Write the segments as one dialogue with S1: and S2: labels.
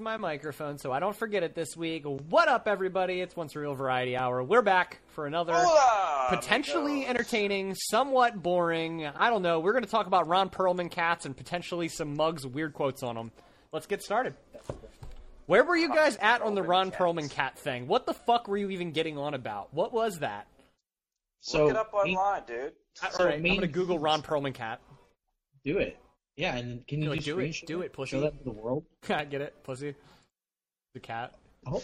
S1: my microphone so I don't forget it this week. What up, everybody? It's Once a Real Variety Hour. We're back for another
S2: Hola,
S1: potentially
S2: amigos.
S1: entertaining, somewhat boring. I don't know. We're going to talk about Ron Perlman cats and potentially some mugs weird quotes on them. Let's get started. Where were you guys at on the
S2: Perlman
S1: Ron
S2: cats.
S1: Perlman cat thing? What the fuck were you even getting on about? What was that?
S3: So
S2: Look it up
S3: me-
S2: online, dude.
S1: All
S3: So
S1: right, I'm
S3: main-
S1: going to Google Ron Perlman cat.
S3: do it. Yeah, and can you
S1: Like,
S3: just
S1: do it,
S3: screenshot
S1: do it, pussy.
S3: Show that to the world.
S1: I get it, pussy. The cat.
S3: Oh,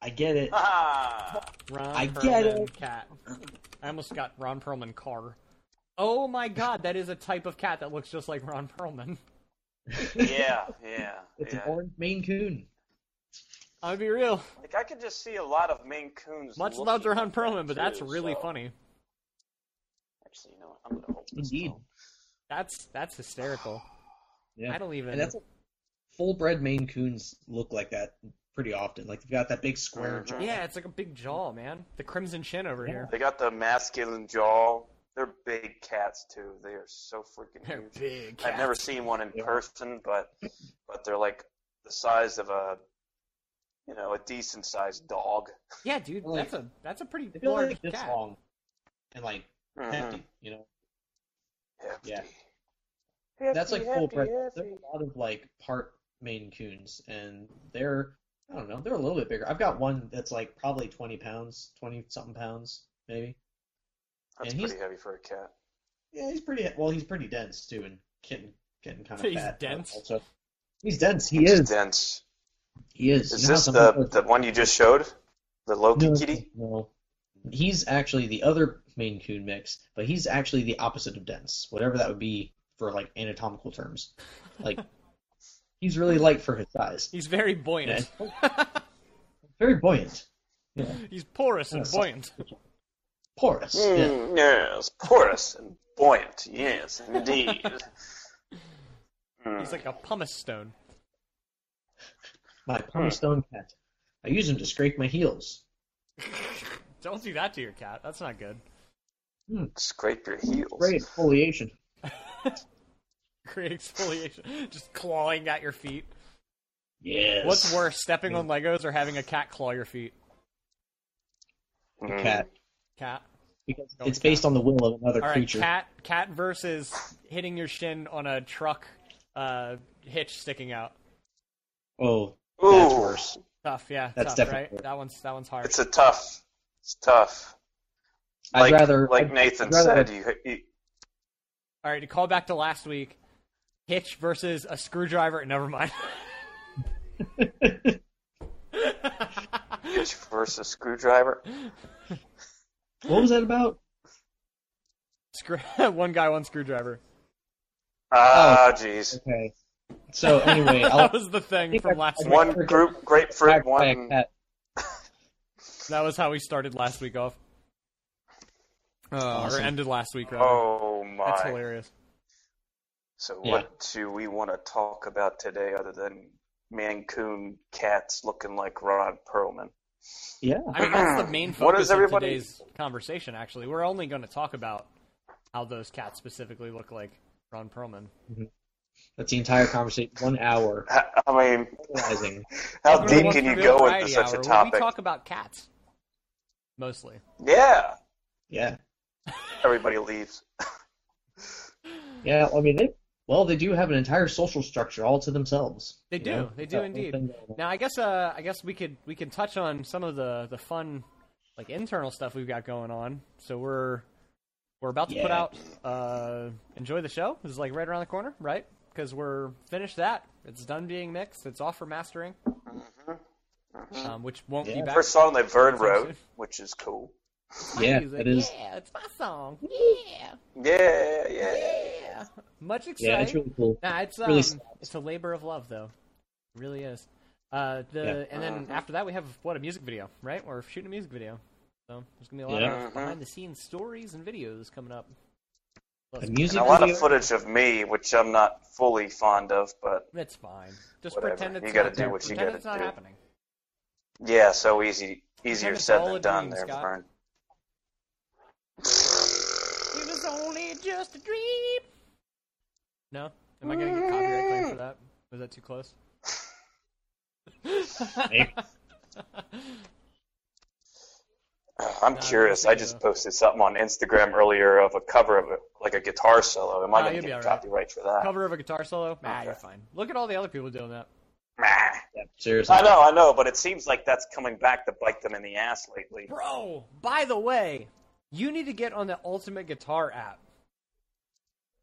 S3: I get it.
S2: Ah,
S1: Ron
S3: I
S1: Perlman
S3: get it.
S1: cat. I almost got Ron Perlman car. Oh my god, that is a type of cat that looks just like Ron Perlman.
S2: yeah, yeah,
S3: It's
S2: yeah.
S3: an orange Maine Coon.
S1: I'll be real.
S2: Like I could just see a lot of Maine Coons.
S1: Much
S2: looking
S1: loved Ron
S2: like that,
S1: Perlman, but that's
S2: too,
S1: really
S2: so-
S1: funny.
S2: Actually, you know what? I'm gonna hold this.
S3: Indeed.
S2: phone.
S1: That's that's hysterical.
S3: Yeah.
S1: I don't even.
S3: And that's what full-bred Maine Coons look like that pretty often. Like they've got that big
S2: Mm-hmm.
S3: square jaw.
S1: yeah, it's like a big jaw, man. The crimson chin over
S3: Yeah.
S1: here.
S2: They got the masculine jaw. They're big cats too. They are so freaking
S1: They're
S2: huge.
S1: big.
S2: I've never seen one in
S3: Yeah.
S2: person, but but they're like the size of a you know a decent sized dog.
S1: Yeah, dude,
S3: Like-
S1: that's a that's a pretty
S3: They feel
S1: large
S3: like this
S1: cat.
S3: long and like hefty.
S2: Mhm.
S3: You know,
S2: Hefty.
S3: Yeah.
S2: Hefty,
S3: that's like
S2: hefty,
S3: full-bred. There's
S2: hefty.
S3: a lot of like part Maine Coons, and they're I don't know, they're a little bit bigger. I've got one that's like probably 20 pounds, 20 something pounds, maybe.
S2: That's
S3: and he's-
S2: pretty heavy for a cat.
S3: Yeah, he's pretty. Well, he's pretty dense too, and getting getting kind of
S1: He's
S3: fat.
S1: dense?
S3: Also. He's dense. He
S2: It's
S3: is.
S2: dense.
S3: He is.
S2: Is
S3: You know how
S2: this
S3: some
S2: the,
S3: people-
S2: the one you just showed? The Loki
S3: no,
S2: kitty?
S3: No, he's actually the other Maine Coon mix, but he's actually the opposite of dense, whatever that would be for like anatomical terms. Like he's really light for his size.
S1: He's very buoyant.
S3: Very buoyant,
S1: He's porous and
S3: Yeah, so-
S1: buoyant.
S3: porous. Yeah.
S2: Mm, yes, porous and buoyant. Yes, indeed. Mm.
S1: He's like a pumice stone.
S3: My
S1: Hmm.
S3: pumice stone cat. I use him to scrape my heels.
S1: Don't do that to your cat. That's not good.
S2: Scrape your heels.
S3: Great exfoliation.
S1: Great exfoliation. Just clawing at your feet.
S3: Yes.
S1: What's worse, stepping on Legos or having a cat claw your feet?
S2: Mm.
S3: Cat.
S1: Cat.
S3: Because
S1: Go
S3: it's
S1: with
S3: based on the will of another
S1: All right,
S3: creature.
S1: cat. Cat versus hitting your shin on a truck uh, hitch sticking out.
S3: Oh, that's
S2: Ooh,
S3: worse.
S1: Tough, yeah.
S3: That's
S1: tough,
S3: definitely
S1: right?
S3: worse.
S1: That one's that one's hard.
S2: it's a tough. It's tough.
S3: I'd
S2: Like,
S3: rather
S2: like
S3: I'd-
S2: Nathan
S3: I'd rather-
S2: said, you, you
S1: All right, to call back to last week, hitch versus a screwdriver. Never mind.
S2: hitch versus screwdriver.
S3: Oh. What was that about?
S1: Screw- one guy, one screwdriver.
S2: Ah, jeez.
S3: Okay. So anyway, I'll
S1: that was the thing from last week.
S2: One group grapefruit,
S3: back by a
S2: one.
S3: cat.
S1: That was how we started last week off. Uh,
S3: awesome.
S1: Or ended last week, rather.
S2: Oh
S1: That's
S2: my.
S1: hilarious.
S2: So
S3: Yeah.
S2: what do we want to talk about today, other than Mancoon cats looking like Ron Perlman?
S3: Yeah.
S1: I mean, that's the main
S2: What
S1: focus
S2: is
S1: of
S2: everybody-
S1: today's conversation, actually. We're only going to talk about how those cats specifically look like Ron Perlman.
S3: That's the entire conversation. One hour.
S2: I I mean,
S3: Realizing.
S2: how
S1: Welcome to
S2: deep
S1: Once
S2: can you
S1: Real
S2: go into
S1: Variety
S2: such
S1: Hour,
S2: a
S1: where
S2: topic?
S1: We talk about cats, mostly.
S2: yeah,
S3: Yeah.
S2: everybody leaves.
S3: Yeah. I mean, they, well, they do have an entire social structure all to themselves.
S1: They
S3: you
S1: do.
S3: know?
S1: They do
S3: That
S1: indeed.
S3: whole thing going on.
S1: Now, I guess uh, I guess we could we could touch on some of the the fun like internal stuff we've got going on. So we're we're about to put
S3: Yeah.
S1: out uh, enjoy the show. This is like right around the corner, right? Because we're finished that. It's done being mixed. It's off for mastering, um, which won't be
S3: Mm-hmm. Yeah.
S1: back.
S2: First song that Vern
S1: Sounds
S2: wrote,
S1: good.
S2: which is cool.
S1: My
S3: Yeah,
S1: music.
S3: that is.
S1: Yeah, it's my song. Yeah,
S2: Yeah, yeah.
S1: yeah. Much exciting.
S3: Yeah, it's really cool.
S1: Nah, it's um,
S3: Really sad.
S1: it's a labor of love though. It really is. Uh, the and then
S2: Uh-huh.
S1: after that we have what a music video, right? We're shooting a music video, so there's gonna be a lot
S2: Uh-huh.
S3: Yeah.
S1: of behind the scenes stories and videos coming up.
S3: The
S1: Plus,
S3: music
S2: And a lot of
S3: video-
S2: footage of me, which I'm not fully fond of, but
S1: It's fine. Just
S2: Whatever.
S1: pretend it's
S2: You gotta
S1: not,
S2: do what you
S1: pretend
S2: gotta
S1: it's not
S2: do.
S1: happening.
S2: yeah, so easy, easier
S1: Pretend it's
S2: said
S1: all a
S2: than done
S1: dream,
S2: there,
S1: Scott.
S2: Vern.
S1: It was only just a dream. No, am I gonna get copyright claim for that? Was that too close?
S3: Maybe.
S2: Uh, I'm curious. I just posted something on Instagram earlier of a cover of a, like a guitar solo. Am
S1: Ah,
S2: I gonna
S1: you'll be
S2: get
S1: alright.
S2: copyright for that?
S1: Cover of a guitar solo? Nah,
S2: Okay.
S1: you're fine. Look at all the other people doing that.
S2: Meh.
S3: Yeah, seriously.
S2: I know, I know, but it seems like that's coming back to bite them in the ass lately.
S1: Bro, by the way, you need to get on the Ultimate Guitar app.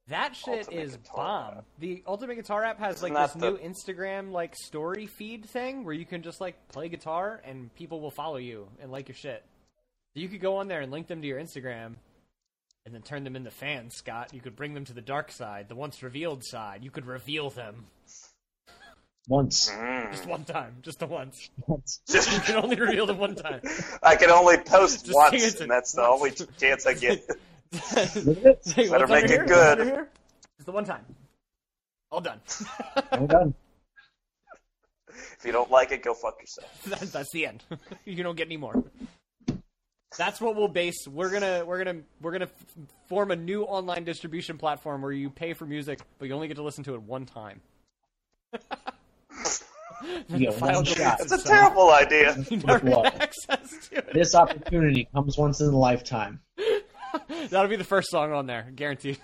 S1: That shit
S2: Ultimate
S1: is
S2: Guitar
S1: bomb.
S2: app.
S1: The Ultimate Guitar app has like
S2: Isn't
S1: this
S2: that
S1: new
S2: the-
S1: Instagram like story feed thing where you can just like play guitar and people will follow you and like your shit. So you could go on there and link them to your Instagram and then turn them into fans, Scott. You could bring them to the dark side, the once revealed side. You could reveal them
S3: Once.
S2: Mm.
S1: just one time, just the once.
S3: Once.
S1: You can only reveal them one time.
S2: I can only
S1: Just
S2: post
S1: sing
S2: once,
S1: it
S2: and that's the
S1: once.
S2: only chance I get.
S1: Say,
S3: Look at it.
S1: what's under
S2: make it
S1: here? What's
S2: good.
S1: under here? It's the one time. All done.
S3: Well done.
S2: If you don't like it, go fuck yourself.
S1: That- that's the end. you don't get any more. That's what we'll base. We're gonna we're gonna we're gonna f- form a new online distribution platform where you pay for music, but you only get to listen to it one time.
S3: You get
S1: File
S3: one
S1: deletes
S3: shot.
S2: That's a
S1: itself.
S2: terrible idea.
S1: You never
S3: Good luck.
S1: get access to it.
S3: This opportunity comes once in a lifetime.
S1: That'll be the first song on there, guaranteed.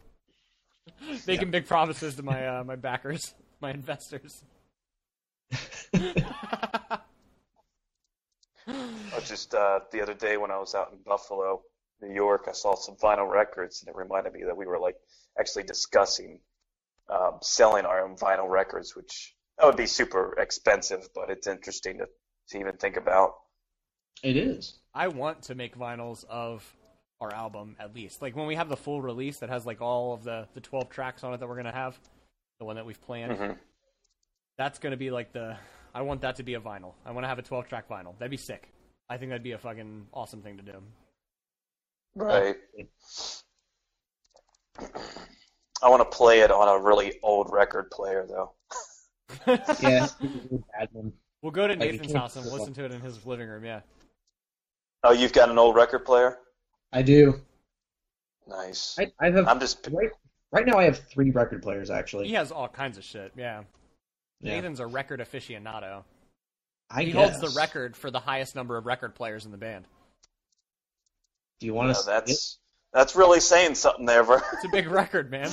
S1: Making big promises to my uh, my backers, my investors.
S2: I was just uh, the other day when I was out in Buffalo, New York, I saw some vinyl records, and it reminded me that we were like actually discussing um, selling our own vinyl records, which that would be super expensive, but it's interesting to, to even think about.
S3: It is.
S1: I want to make vinyls of our album at least. Like when we have the full release that has like all of the the 12 tracks on it that we're going to have, the one that we've planned.
S3: Mm-hmm.
S2: Mhm.
S1: That's going to be like the I want that to be a vinyl. I want to have a 12 track vinyl. That'd be sick. I think that'd be a fucking awesome thing to do.
S2: Right. I want to play it on a really old record player, though.
S3: Yeah. it's a really bad one.
S1: We'll go to
S3: Like, you
S1: Nathan's
S3: can't-
S1: house and we'll listen to it in his living room, yeah.
S2: Oh, you've got an old record player?
S3: I do.
S2: Nice.
S3: I, I have
S2: I'm just.
S3: right, right now. I have three record players actually.
S1: He has all kinds of shit, yeah.
S3: Yeah.
S1: Nathan's a record aficionado.
S3: I
S1: he
S3: guess.
S1: holds the record for the highest number of record players in the band.
S3: Do you want
S2: no,
S3: to?
S2: that's that's really saying something there, bro.
S1: It's a big record, man.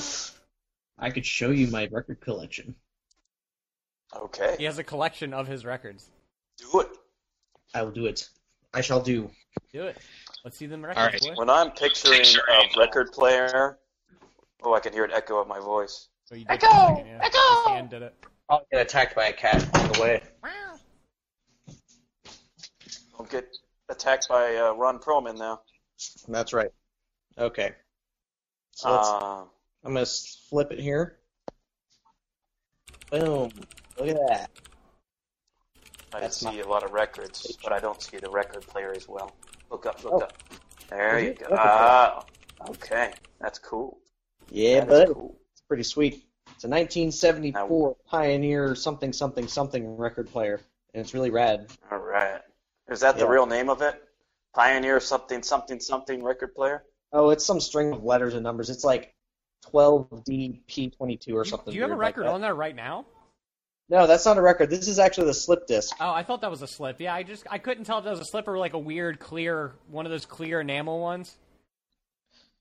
S3: I could show you my record collection.
S2: Okay.
S1: He has a collection of his records.
S2: Do it.
S3: I will do it. I shall do.
S1: Do it. Let's see them
S3: All
S1: records,
S3: right.
S1: boy.
S2: When I'm picturing
S3: Picturing.
S2: a record player, oh, I can hear an echo of my voice.
S1: So you did for a second, yeah. His hand did it.
S3: I'll get attacked by a cat on the way.
S2: Don't get attacked by uh, Ron Perlman now.
S3: That's right. Okay. So let's,
S2: Uh,
S3: I'm gonna s- flip it here. Boom. Look at that.
S2: I
S3: that's
S2: see a lot of records, but I don't see the record player as well. Look up, look
S3: Oh.
S2: up. There
S3: Is
S2: you
S3: it?
S2: go.
S3: Record player.
S2: Ah, okay. That's cool.
S3: Yeah,
S2: That is
S3: bud.
S2: cool.
S3: It's pretty sweet. It's a 1974 Pioneer something something something record player, and it's really rad.
S2: All right. Is that the
S3: Yeah.
S2: real name of it? Pioneer something something something record player?
S3: Oh, it's some string of letters and numbers. It's like 12DP22 or
S1: Do
S3: something.
S1: you have a
S3: weird like
S1: record
S3: that.
S1: on there right now?
S3: No, that's not a record. This is actually the slip disc.
S1: Oh, I thought that was a slip. Yeah, I just I couldn't tell if that was a slip or like a weird clear one of those clear enamel ones.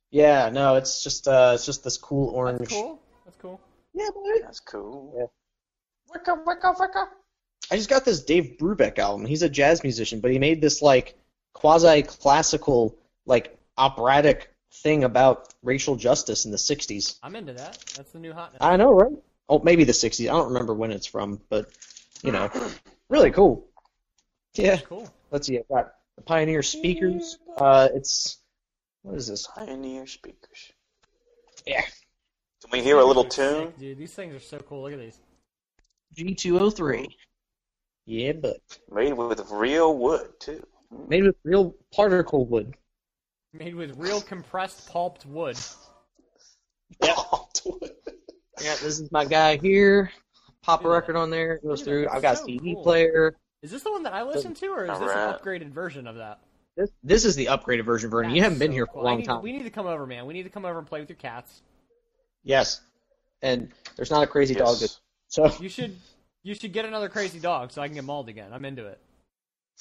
S3: Yeah, no, it's just uh, it's just this cool orange.
S1: That's cool. That's cool.
S3: Yeah, boy.
S2: That's cool.
S3: Wicka, wicka, wicka. I just got this Dave Brubeck album. He's a jazz musician, but he made this like quasi classical, like operatic thing about racial justice in the '60s.
S1: I'm into that. That's the new hot.
S3: I know, right? Oh, maybe the '60s. I don't remember when it's from, but you know, really cool. Yeah.
S1: Cool.
S3: Let's see. I've got the Pioneer speakers. Uh, it's what is this?
S2: Pioneer speakers.
S3: Yeah,
S2: Can we hear a little
S1: These things are
S2: tune?
S1: sick, dude. These things are so cool. Look at these.
S4: G203.
S3: yeah, but
S2: Made with real wood, too.
S3: made with real particle wood.
S1: Made with real compressed pulped wood.
S3: Yeah. Yeah, this is my guy here. Pop a
S1: Look at
S3: record on there. It
S1: Look
S3: goes
S1: at
S3: through.
S1: that.
S3: I've got a
S1: So
S3: CD
S1: cool.
S3: player.
S1: Is this the one that I listen to, or is this an
S2: Alright.
S1: upgraded version of that?
S3: This this is the upgraded version, Vernon. you
S1: That's
S3: haven't been
S1: so
S3: here for
S1: cool.
S3: a
S1: I
S3: long
S1: need-
S3: time.
S1: We need to come over, man. We need to come over and play with your cats.
S3: Yes, and there's not a crazy dog.
S2: Yes.
S3: That, so
S1: You should You should get another crazy dog so I can get mauled again. I'm into it.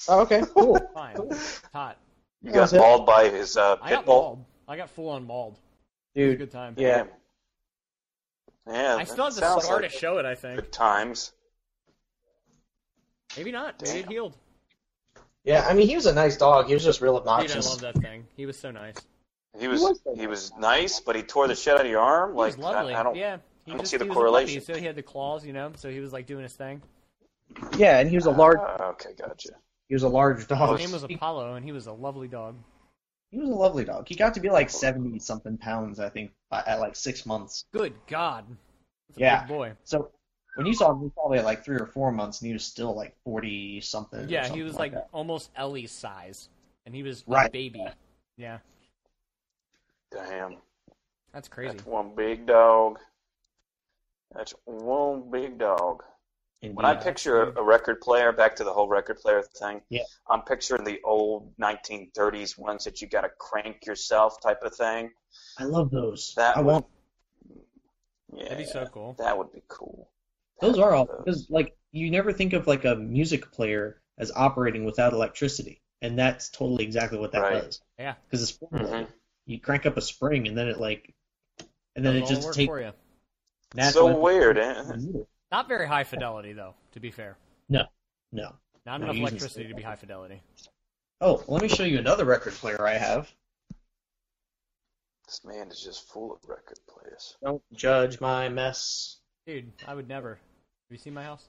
S3: Oh, okay, cool.
S1: Fine. It's hot.
S2: You
S3: That
S2: got
S3: was it.
S2: mauled by his uh,
S1: I got
S2: pit bull.
S1: mauled. I got full on mauled. It was a
S3: Dude,
S1: good time.
S3: yeah.
S2: Yeah,
S1: I
S2: that
S1: still have the
S2: sounds
S1: scar
S2: like
S1: to show it, I think.
S2: Good times.
S1: Maybe not. Maybe it
S2: Damn.
S1: healed.
S3: yeah. I mean, he was a nice dog. He was just real
S1: Dude, I love
S3: obnoxious.
S1: that thing. He was so nice.
S2: He was
S3: was so
S2: he was nice, but he tore the shit out of your arm.
S1: He
S2: Like
S1: was lovely.
S2: I, I don't.
S1: yeah. He
S2: I don't
S1: just,
S2: see the
S1: he was A
S2: correlation.
S1: puppy, so he had the claws, you know. So he was like doing his thing.
S3: Yeah, and he was a large.
S2: Ah, okay, gotcha.
S3: He was a large dog.
S1: His name was Apollo, and he was a lovely dog.
S3: He was a lovely dog. He got to be like seventy something pounds, I think, by- at like six months.
S1: Good God. That's a
S3: Yeah.
S1: Big boy.
S3: So when you saw him, he was probably at like three or four months, and he was still like forty something. or
S1: Yeah, he
S3: something
S1: was like
S3: like, that.
S1: almost Ellie's size, and he was a
S3: Right.
S1: baby. Yeah,
S2: Damn,
S1: that's crazy.
S2: that's one big dog. That's one big dog. When I
S3: Indeed.
S2: picture a record player, back to the whole record player thing,
S3: Yeah.
S2: I'm picturing the old 1930s ones that you got to crank yourself type of thing.
S3: I love those.
S2: That
S3: I
S2: would-
S3: want
S2: Yeah,
S1: That'd be so cool.
S2: that would be cool.
S3: those are all
S2: uh,
S3: because like you never think of like a music player as operating without electricity, and that's totally exactly what that
S2: Right.
S3: does.
S1: Yeah.
S3: because it's formulated.
S1: Mm-hmm.
S2: Mhm.
S3: you crank up a spring, and then it like, and then
S1: That'll
S3: it
S1: all
S3: just
S1: work
S3: takes
S1: for you.
S2: So weird, eh?
S1: Not very high fidelity, though. To be fair,
S3: No.
S1: not
S3: No,
S1: enough
S3: you just-
S1: electricity to be high fidelity.
S3: Oh, let me show you another record player I have.
S2: This man is just full of record players.
S3: Don't judge my mess.
S1: Dude, I would never. Have you seen my house?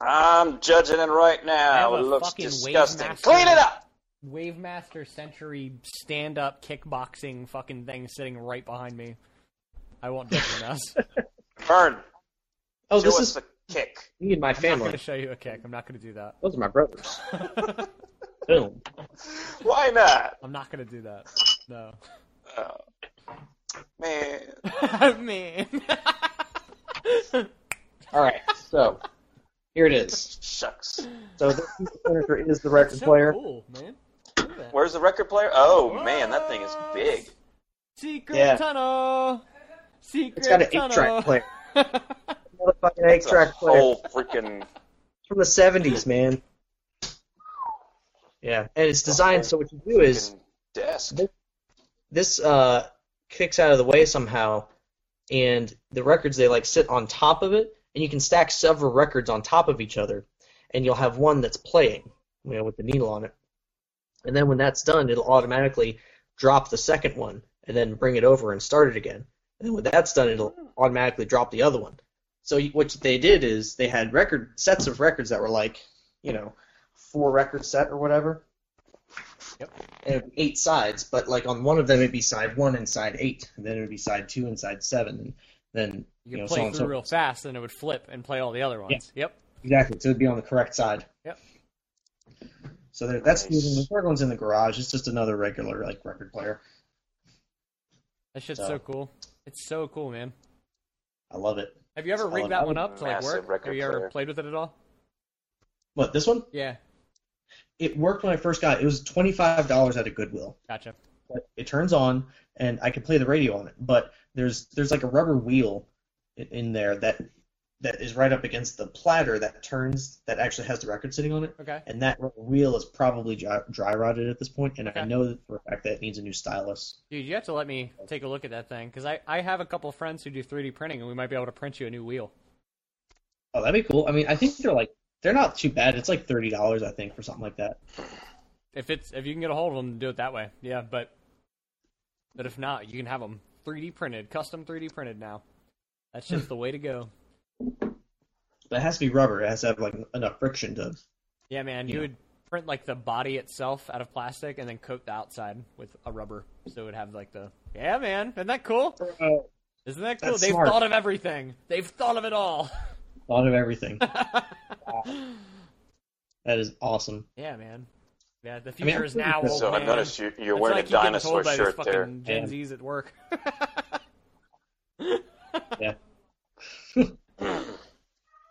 S2: I'm judging it right
S1: I
S2: now.
S1: have a
S2: It looks
S1: fucking Wave
S2: disgusting.
S1: Master.
S2: Clean it up.
S1: Wavemaster Century stand-up kickboxing fucking thing sitting right behind me. I won't judge you, Mouse.
S2: Burn.
S3: Oh,
S2: Show
S3: this
S2: us
S3: is
S2: the kick.
S3: me and my
S1: I'm not going to
S3: family.
S1: show you a kick. I'm not going to do that.
S3: Those are my brothers. Boom.
S2: Why not?
S1: I'm not going to do that. No.
S2: Oh. Man,
S1: I mean,
S3: All right, so here it is.
S2: shucks.
S3: So this piece of furniture is the record
S1: so
S3: player.
S1: cool, man. Look at that.
S2: Where's the record player? Oh man, that thing is big.
S1: Secret
S3: Yeah.
S1: tunnel. Secret
S3: It's got an
S1: tunnel.
S3: eight-track player. Motherfucking
S2: It's a
S3: eight-track player
S2: whole freaking.
S3: from the '70s, man. Yeah, and it's designed so what you do is
S2: freaking desk?
S3: this uh, kicks out of the way somehow, and the records they like sit on top of it, and you can stack several records on top of each other, and you'll have one that's playing, you know, with the needle on it. And then when that's done, it'll automatically drop the second one, and then bring it over and start it again. And then when that's done, it'll automatically drop the other one. So you- what they did is they had record sets of records that were like, you know, four record set or whatever and it'd be eight sides, but like on one of them it'd be side one and side eight, and then it would be side two and side seven, and then
S1: You
S3: You know,
S1: could play
S3: so on and
S1: through
S3: so
S1: real fast, and it would flip and play all the other ones. Yep.
S3: exactly, so it'd be on the correct side.
S1: Yep.
S3: So there, that's
S2: Nice.
S3: the, the third one's in the garage. It's just another regular like record player.
S1: That shit's
S3: So.
S1: so cool. It's so cool, man.
S3: I love it.
S1: Have you ever
S3: It's
S1: rigged
S3: all
S1: that
S3: about
S1: one up to like
S2: massive
S1: work?
S2: record
S1: Have you ever
S2: player.
S1: played with it at all?
S3: What this one?
S1: Yeah.
S3: It worked when I first got. It It was twenty five dollars at a Goodwill.
S1: Gotcha.
S3: But it turns on, and I can play the radio on it. But there's there's like a rubber wheel i- in there that that is right up against the platter that turns that actually has the record sitting on it.
S1: Okay.
S3: and that wheel is probably dry rotted at this point, and
S1: Okay.
S3: I know that for a fact that it needs a new stylus.
S1: Dude, you have to let me take a look at that thing because I, I have a couple friends who do 3D printing, and we might be able to print you a new wheel.
S3: Oh, that'd be cool. I mean, I think they're like they're not too bad. It's like thirty dollars, I think, for something like that.
S1: If it's if you can get a hold of them, do it that way. Yeah, but but if not, you can have them 3D printed, custom 3D printed now. That's just the way to go.
S3: But it has to be rubber. It has to have like enough friction to.
S1: Yeah, man, you
S3: Yeah.
S1: would print like the body itself out of plastic and then coat the outside with a rubber, so it would have like the yeah, man. Isn't that cool? Isn't that cool?
S3: That's
S1: They've
S3: smart.
S1: thought of everything. They've thought of it all.
S3: Thought of everything. That is awesome.
S1: yeah, man. Yeah, the
S3: I mean,
S1: future is
S3: I'm
S1: now.
S3: pretty
S1: Old
S2: So I
S1: man.
S2: noticed you, you're
S1: That's
S2: wearing
S1: what I
S2: a
S1: keep getting
S2: dinosaur
S1: told by these
S2: shirt there.
S1: fucking Gen
S3: Yeah.
S1: Z's at work.
S2: Hmm.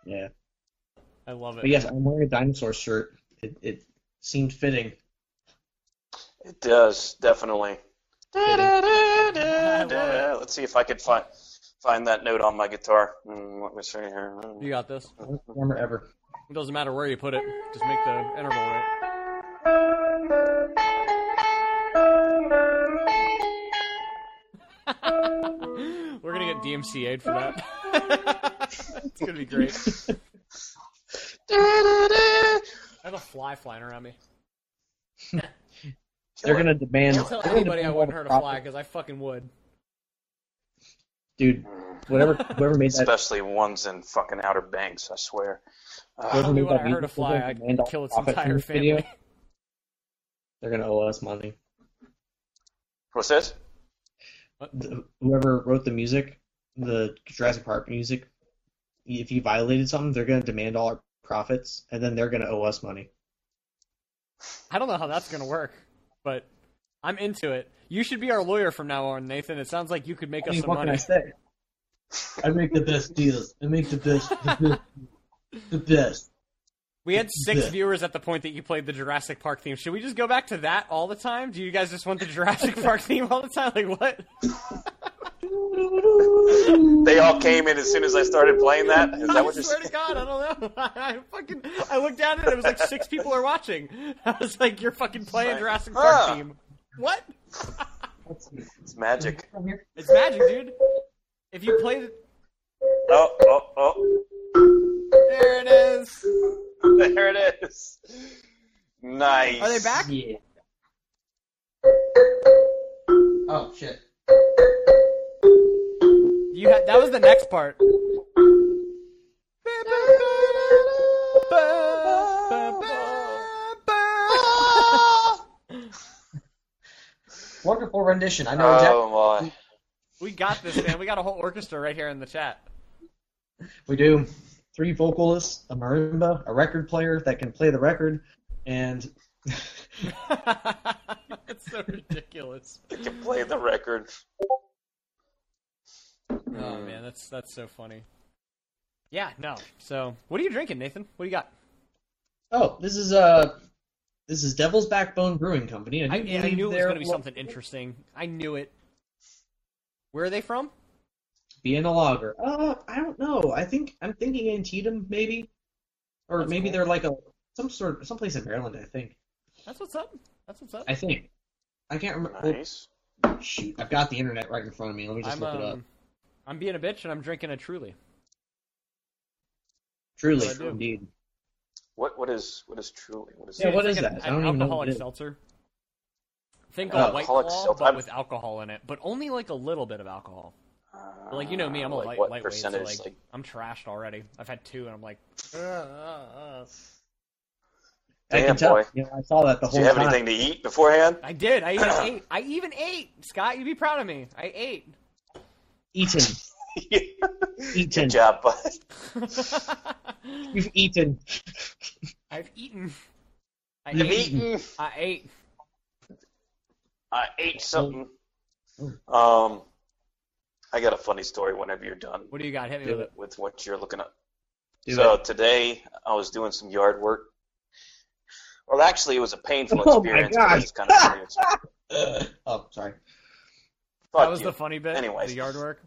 S3: Yeah.
S1: I love
S3: But
S1: it.
S3: yes, I'm wearing a dinosaur shirt. It it seemed fitting.
S2: It does definitely.
S1: I love it.
S2: Let's see if I could find if find that note on my guitar. Mm, let me see here. Mm.
S1: You got this.
S3: Worst drummer ever.
S1: It doesn't matter where you put it. Just make the interval right. We're gonna get DMCA'd for that. it's gonna be great. I have a fly flying around me.
S3: They're gonna demand.
S1: Don't tell
S3: they're gonna
S1: anybody I
S3: demand
S1: wouldn't hurt a
S3: profit.
S1: fly because I fucking would.
S3: dude. Whatever, whoever made that,
S2: Hmm. Especially ones in fucking Outer Banks, I swear.
S1: Tell
S3: whoever
S1: me
S2: Uh,
S3: made
S1: when
S3: that
S1: I hurt a
S3: music, they're
S1: fly,
S3: gonna
S1: I
S3: demand
S1: would
S3: all
S1: kill its
S3: profit from
S1: entire
S3: this video.
S1: family.
S3: They're gonna owe us money.
S2: what's this?
S3: The, whoever wrote the music, the Jurassic Park music, if you violated something, they're gonna demand all our profits, and then they're gonna owe us money.
S1: I don't know how that's gonna work, but I'm into it. You should be our lawyer from now on, Nathan. It sounds like you could make
S3: I
S1: us
S3: mean,
S1: some
S3: what can I
S1: money.
S3: say? I make the best deals. I make the best, the best, the best.
S1: We had six
S3: Yeah.
S1: viewers at the point that you played the Jurassic Park theme. Should we just go back to that all the time? Do you guys just want the Jurassic Park theme all the time? Like what?
S2: They all came in as soon as I started playing that. Is that what
S1: I
S2: you're
S1: swear
S2: saying?
S1: to God, I don't know. I fucking I looked down at it. It was like six people are watching. I was like, you're fucking playing
S2: Right.
S1: Jurassic Park
S2: Huh.
S1: theme. What?
S2: It's magic.
S1: It's magic, dude. If you play the
S2: Oh, oh, oh.
S1: there it is.
S2: There it is. Nice.
S1: Are they back?
S3: Yeah. Oh shit.
S1: You had that was the next part.
S2: Oh,
S3: Wonderful rendition. I know exactly.
S2: Oh my.
S1: We got this, man. We got a whole orchestra right here in the chat.
S3: We do three vocalists, a marimba, a record player that can play the record, and
S1: it's so ridiculous.
S2: They can play the record.
S1: Oh man, that's that's so funny. Yeah, no. So, what are you drinking, Nathan? What do you got?
S3: oh, this is uh this is Devil's Backbone Brewing Company. I,
S1: I,
S3: do
S1: yeah, I
S3: believe
S1: knew it was
S3: they're
S1: going to be something interesting. I knew it. Where are they from?
S3: Vienna lager. Uh, I don't know. I think I'm thinking Antietam maybe, or
S1: That's
S3: maybe
S1: cool.
S3: they're like a some sort of someplace in Maryland. I think.
S1: That's what's up. That's what's up.
S3: I think. I can't remember. well,
S2: Nice.
S3: shoot, I've got the internet right in front of me. Let me just
S1: I'm
S3: look it up.
S1: um, I'm being a bitch and I'm drinking a Truly.
S3: Truly,
S1: I do.
S3: indeed.
S2: What what is what is truly what is
S3: Yeah,
S2: it?
S3: what
S1: It's
S3: is
S1: like an-
S3: that? I don't
S1: an
S3: even know
S1: alcoholic
S3: what it is.
S1: seltzer. Think
S3: Oh,
S1: of White
S2: alcoholic
S1: Claw,
S2: seltzer.
S1: but
S2: I'm-
S1: with alcohol in it, but only like a little bit of alcohol.
S2: Uh,
S1: Like you know me, I'm a
S2: like
S1: light
S2: what
S1: lightweight, so
S2: percentage?
S1: like, I'm trashed already. I've had two, and I'm like, uh, uh, uh.
S3: I
S2: Damn,
S3: can tell.
S2: boy.
S3: You know, I saw that the
S2: do
S3: whole
S2: you have
S3: time.
S2: anything to eat beforehand?
S1: I did. I even ate. I even ate. Scott, you'd be proud of me. I ate.
S3: Eaten. Eaten.
S2: Good job, bud.
S3: You've eaten.
S1: I've eaten. I
S3: You've
S1: ate.
S2: Eaten.
S1: I ate.
S2: I
S1: Oh.
S2: ate something. Um, I got a funny story. Whenever you're done
S1: What do you got? Hit me
S3: Do
S1: with it.
S2: with what you're looking at.
S3: Do
S2: so
S3: it.
S2: today I was doing some yard work. Well, actually, it was a painful
S3: Oh my
S2: experience. but
S3: gosh.
S2: It's kind of funny. It's-
S3: Uh, oh, sorry.
S1: That
S2: Fuck
S1: was
S2: you.
S1: the funny bit.
S2: Anyways.
S1: the yard work.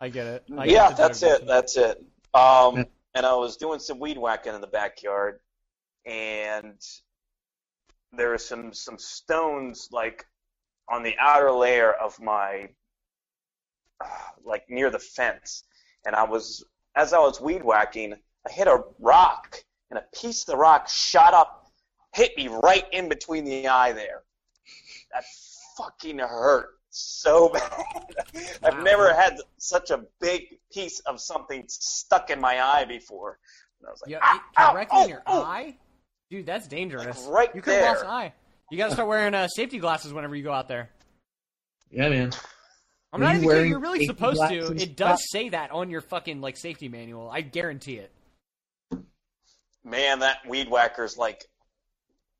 S1: I get it. I get
S2: yeah,
S1: the joke,
S2: that's it.
S1: Nathan.
S2: That's it. Um, and I was doing some weed whacking in the backyard, and there were some some stones like on the outer layer of my ah, like near the fence, and I was as I was weed whacking, I hit a rock, and a piece of the rock shot up, hit me right in between the eye there. That fucking hurt so bad. I've
S1: Wow.
S2: never had such a big piece of something stuck in my eye before. And I was like,
S1: Yeah,
S2: "Ah,
S1: it-
S2: ow,
S1: directly
S2: ow,
S1: in your
S2: ow."
S1: eye, dude. That's dangerous.
S2: Like, right
S1: you could have lost an
S2: there.
S1: eye. You gotta start wearing uh, safety glasses whenever you go out there.
S3: Yeah, man.
S1: I'm
S3: Were
S1: not
S3: you
S1: even kidding.
S3: wearing
S1: You're really
S3: safety
S1: supposed to.
S3: glasses?
S1: It does say that on your fucking like safety manual. I guarantee it.
S2: Man, that weed whacker's like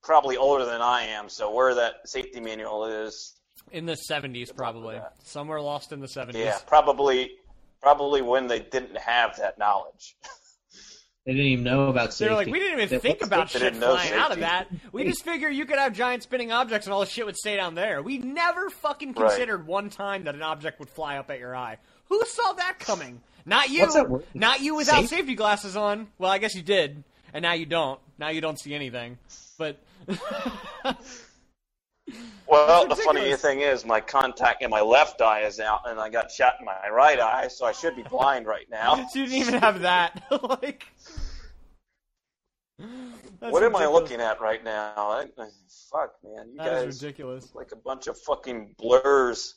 S2: probably older than I am, so where that safety manual is,
S1: In the 70s,
S2: luck with
S1: probably
S2: that.
S1: somewhere lost in the 70s.
S2: yeah, probably probably when they didn't have that knowledge.
S3: They didn't even know about safety.
S1: They're like, we didn't even
S3: That-
S1: think about
S2: They
S1: shit
S2: didn't know
S1: flying out of
S2: safety.
S1: that. We just figure you could have giant spinning objects and all the shit would stay down there. We never fucking
S2: Right.
S1: considered one time that an object would fly up at your eye. Who saw that coming? Not you.
S3: What's that word?
S1: Not you without
S3: Safe-
S1: safety glasses on. Well, I guess you did, and now you don't. Now you don't see anything. But
S2: Well, the
S1: That's
S2: funny
S1: ridiculous.
S2: thing is, my contact in my left eye is out, and I got shot in my right eye, so I should be blind right now.
S1: you didn't even have that. like, that's
S2: what am I
S1: ridiculous.
S2: looking at right now? I, fuck, man, you
S1: That is
S2: guys
S1: ridiculous.
S2: like a bunch of fucking blurs.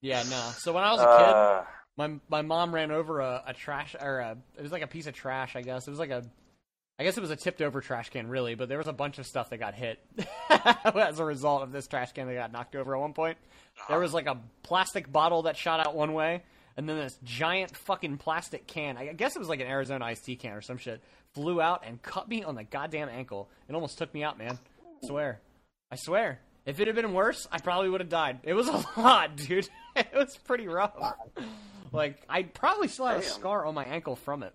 S1: Yeah, no. So when I was a kid,
S2: Uh,
S1: my my mom ran over a, a trash or a it was like a piece of trash I guess it was like a I guess it was a tipped over trash can really but there was a bunch of stuff that got hit as a result of this trash can that got knocked over at one point there was like a plastic bottle that shot out one way and then this giant fucking plastic can I guess it was like an Arizona iced tea can or some shit flew out and cut me on the goddamn ankle it almost took me out man swear I swear if it had been worse I probably would have died it was a lot dude it was pretty rough. Like I probably still have a
S2: Damn.
S1: scar on my ankle from it.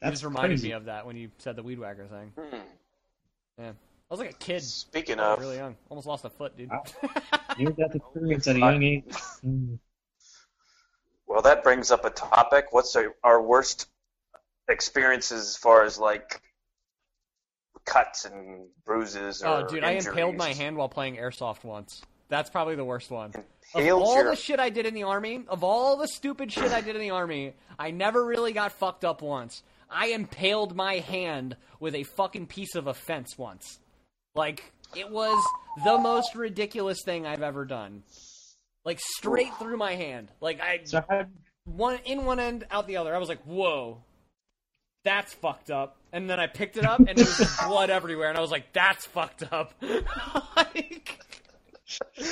S3: That's
S1: you just reminded
S3: crazy.
S1: me of that when you said the weed whacker thing.
S2: hmm.
S1: Yeah, I was like a kid,
S2: Speaking
S1: I was
S2: of,
S1: really young, almost lost a foot, dude.
S3: Wow. You're that experience at a
S2: I-
S3: young age. Mm.
S2: well, that brings up a topic. What's our, our worst experiences as far as like cuts and bruises? Or
S1: oh, dude, I impaled
S2: injuries?
S1: my hand while playing airsoft once. That's probably the worst one. Of
S2: Impaled
S1: all
S2: your-
S1: the shit I did in the army, of all the stupid shit I did in the army, I never really got fucked up once. I impaled my hand with a fucking piece of a fence once. Like it was the most ridiculous thing I've ever done. Like straight through my hand. Like I
S3: So how,
S1: one in one end, out the other. I was like, whoa, that's fucked up. And then I picked it up, and there was just blood everywhere, and I was like, that's fucked up. like,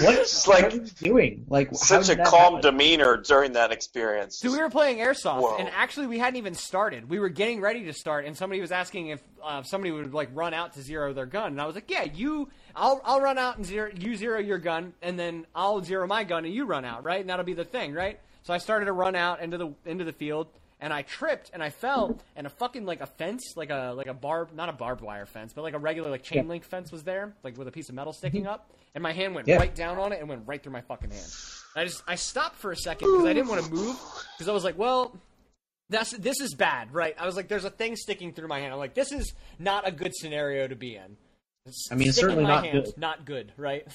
S3: what
S2: It's just like
S3: what are you doing? Like how
S2: such a
S3: did that
S2: calm
S3: happen?
S2: demeanor during that experience.
S1: so we were playing airsoft,
S2: Whoa.
S1: and actually, we hadn't even started. We were getting ready to start, and somebody was asking if uh, somebody would like run out to zero their gun, and I was like, yeah, you, I'll, I'll run out and zero, you zero your gun, and then I'll zero my gun, and you run out, right? And that'll be the thing, right? So I started to run out into the into the field, and I tripped and I fell, and a fucking like a fence, like a like a barb, not a barbed wire fence, but like a regular like chain link fence was there, like with a piece of metal sticking up, and my hand went
S3: Yeah.
S1: right down on it and went right through my fucking hand. I just I stopped for a second because I didn't want to move because I was like, well, that's this is bad, right? I was like, there's a thing sticking through my hand. I'm like, this is not a good scenario to be in.
S3: I mean,
S1: Stick in
S3: certainly
S1: my
S3: not
S1: hand,
S3: good.
S1: Not good, right?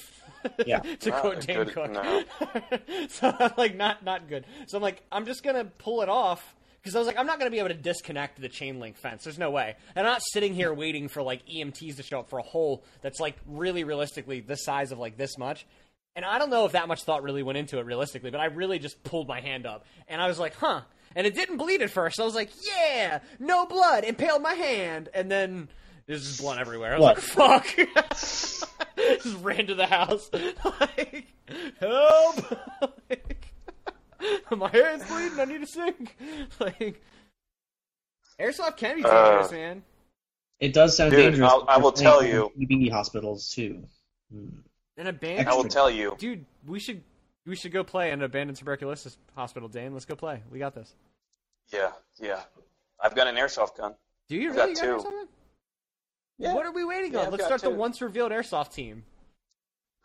S3: Yeah.
S1: to
S2: Not
S1: quote Dan
S2: good,
S1: Cook.
S2: no.
S1: so I'm like, not not good. So I'm like, I'm just gonna pull it off because I was like, I'm not gonna be able to disconnect the chain link fence. There's no way. And I'm not sitting here waiting for like EMTs to show up for a hole that's like really realistically the size of like this much. And I don't know if that much thought really went into it realistically, but I really just pulled my hand up and I was like, huh. And it didn't bleed at first. I was like, yeah, no blood, impaled my hand. And then there's just blood everywhere. I was
S3: Blood.
S1: like, fuck. just ran to the house. like, help! like, my hair is bleeding. I need a sink. Like, airsoft can be
S2: Uh,
S1: dangerous, man.
S3: It does sound
S2: Dude,
S3: dangerous.
S2: I'll- I will
S3: You're playing
S2: tell
S3: in CBD hospitals too. Mm.
S1: An abandoned
S2: I will tell you.
S1: dude. We should we should go play in an abandoned tuberculosis hospital, Dane. Let's go play. We got this.
S2: Yeah, yeah. I've got an airsoft gun.
S1: Do you
S2: I've
S1: really
S2: got
S1: got
S2: two.
S1: something?
S2: Yeah.
S1: What are we waiting
S2: Yeah,
S1: on?
S2: I've
S1: Let's
S2: got
S1: start the
S2: two.
S1: once revealed airsoft team.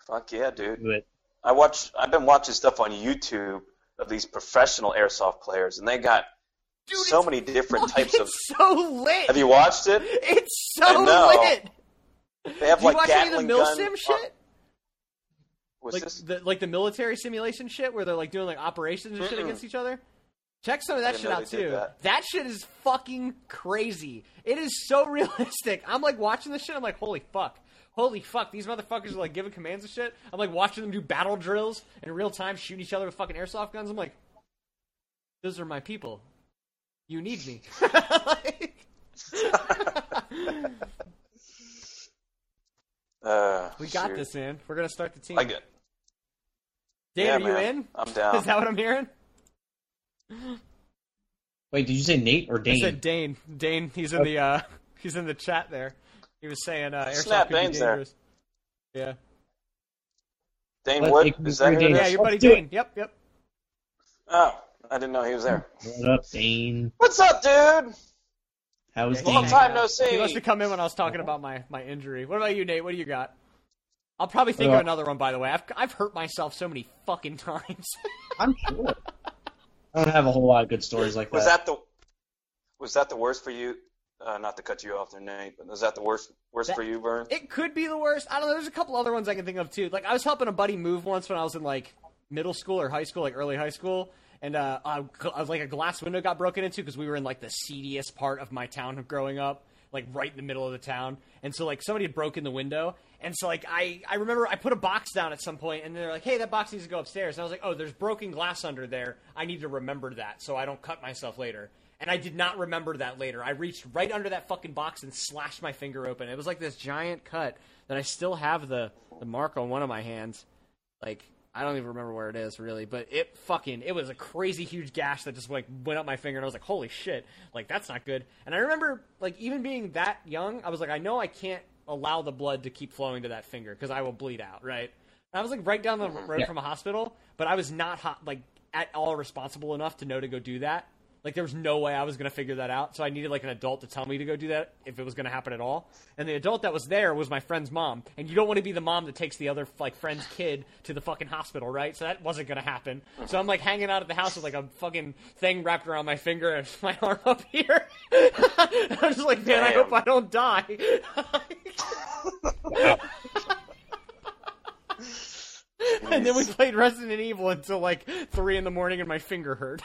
S2: Fuck yeah, dude.
S3: Do it.
S2: I watch. I've been watching stuff on YouTube of these professional airsoft players, and they got
S1: Dude,
S2: so
S1: it's
S2: many different
S1: fucking
S2: types of.
S1: so lit.
S2: Have you watched it?
S1: It's
S2: I
S1: so
S2: know.
S1: lit.
S2: They have
S1: Did
S2: like
S1: you watch
S2: Gatling
S1: any of the
S2: gun.
S1: milsim shit?
S2: Was
S1: like
S2: this?
S1: the like the military simulation shit where they're like doing like operations and shit
S2: Mm-mm.
S1: against each other. Check some of that
S2: Didn't
S1: shit
S2: know
S1: out
S2: they did
S1: too. That.
S2: that.
S1: shit is fucking crazy. It is so realistic. I'm like watching this shit. I'm like, holy fuck, holy fuck. These motherfuckers are like giving commands and shit. I'm like watching them do battle drills in real time, shooting each other with fucking airsoft guns. I'm like, those are my people. You need me. Like-
S2: Uh,
S1: we got
S2: shoot.
S1: this, man. We're gonna start the team.
S2: I get.
S1: Dave,
S2: yeah,
S1: are you
S2: man.
S1: in?
S2: I'm down.
S1: Is that what I'm hearing?
S3: Wait, did you say Nate or
S1: I
S3: Dane?
S1: said Dane. Dane. He's in the uh, he's in the chat there. He was saying uh, airsoft
S2: Snap,
S1: could be
S2: Dane's there.
S1: dangerous. Yeah.
S2: Dane
S3: Let's
S2: Wood?
S3: make him
S2: Is that who
S3: three
S2: it
S1: Yeah,
S3: Yes.
S2: is?
S1: your buddy
S3: Let's do
S1: Dane. Yep, yep.
S2: Oh, I didn't know he was there.
S3: What up, Dane?
S2: What's up, dude?
S3: How was
S1: Yeah,
S3: the
S2: Long time no see.
S1: He wants to come in when I was talking about my, my injury. What about you, Nate? What do you got? I'll probably think of
S3: Uh,
S1: another one, by the way. I've, I've hurt myself so many fucking times.
S3: I'm sure. I don't have a whole lot of good stories like
S2: Was that
S3: that.
S2: the was that the worst for you? Uh, not to cut you off there, Nate, but was that the worst worst
S1: That-
S2: for you, Vern?
S1: it could be the worst. I don't know. There's a couple other ones I can think of, too. Like, I was helping a buddy move once when I was in, like, middle school or high school, like early high school. And uh, I, I was like, a glass window got broken into because we were in, like, the seediest part of my town of growing up. Like right in the middle of the town, and so like somebody had broken the window, and so like I I remember I put a box down at some point, and they're like, "Hey, that box needs to go upstairs." And I was like, "Oh, there's broken glass under there. I need to remember that so I don't cut myself later." And I did not remember that later. I reached right under that fucking box and slashed my finger open. It was like this giant cut that I still have the, the mark on one of my hands. Like, I don't even remember where it is really, but it fucking it was a crazy huge gash that just like went up my finger and I was like, Holy shit, like that's not good. And I remember like even being that young, I was like, I know I can't allow the blood to keep flowing to that finger because I will bleed out, right? And I was like right down the road
S3: Yeah.
S1: from a hospital, but I was not hot, like at all responsible enough to know to go do that. Like there was no way I was gonna figure that out, so I needed like an adult to tell me to go do that if it was gonna happen at all. And the adult that was there was my friend's mom, and you don't want to be the mom that takes the other like friend's kid to the fucking hospital, right? So that wasn't gonna happen. So I'm like hanging out at the house with like a fucking thing wrapped around my finger and my arm up here. I'm just like, man, I
S2: Damn.
S1: hope I don't die. and then we played Resident Evil until like three in the morning, and my finger hurt.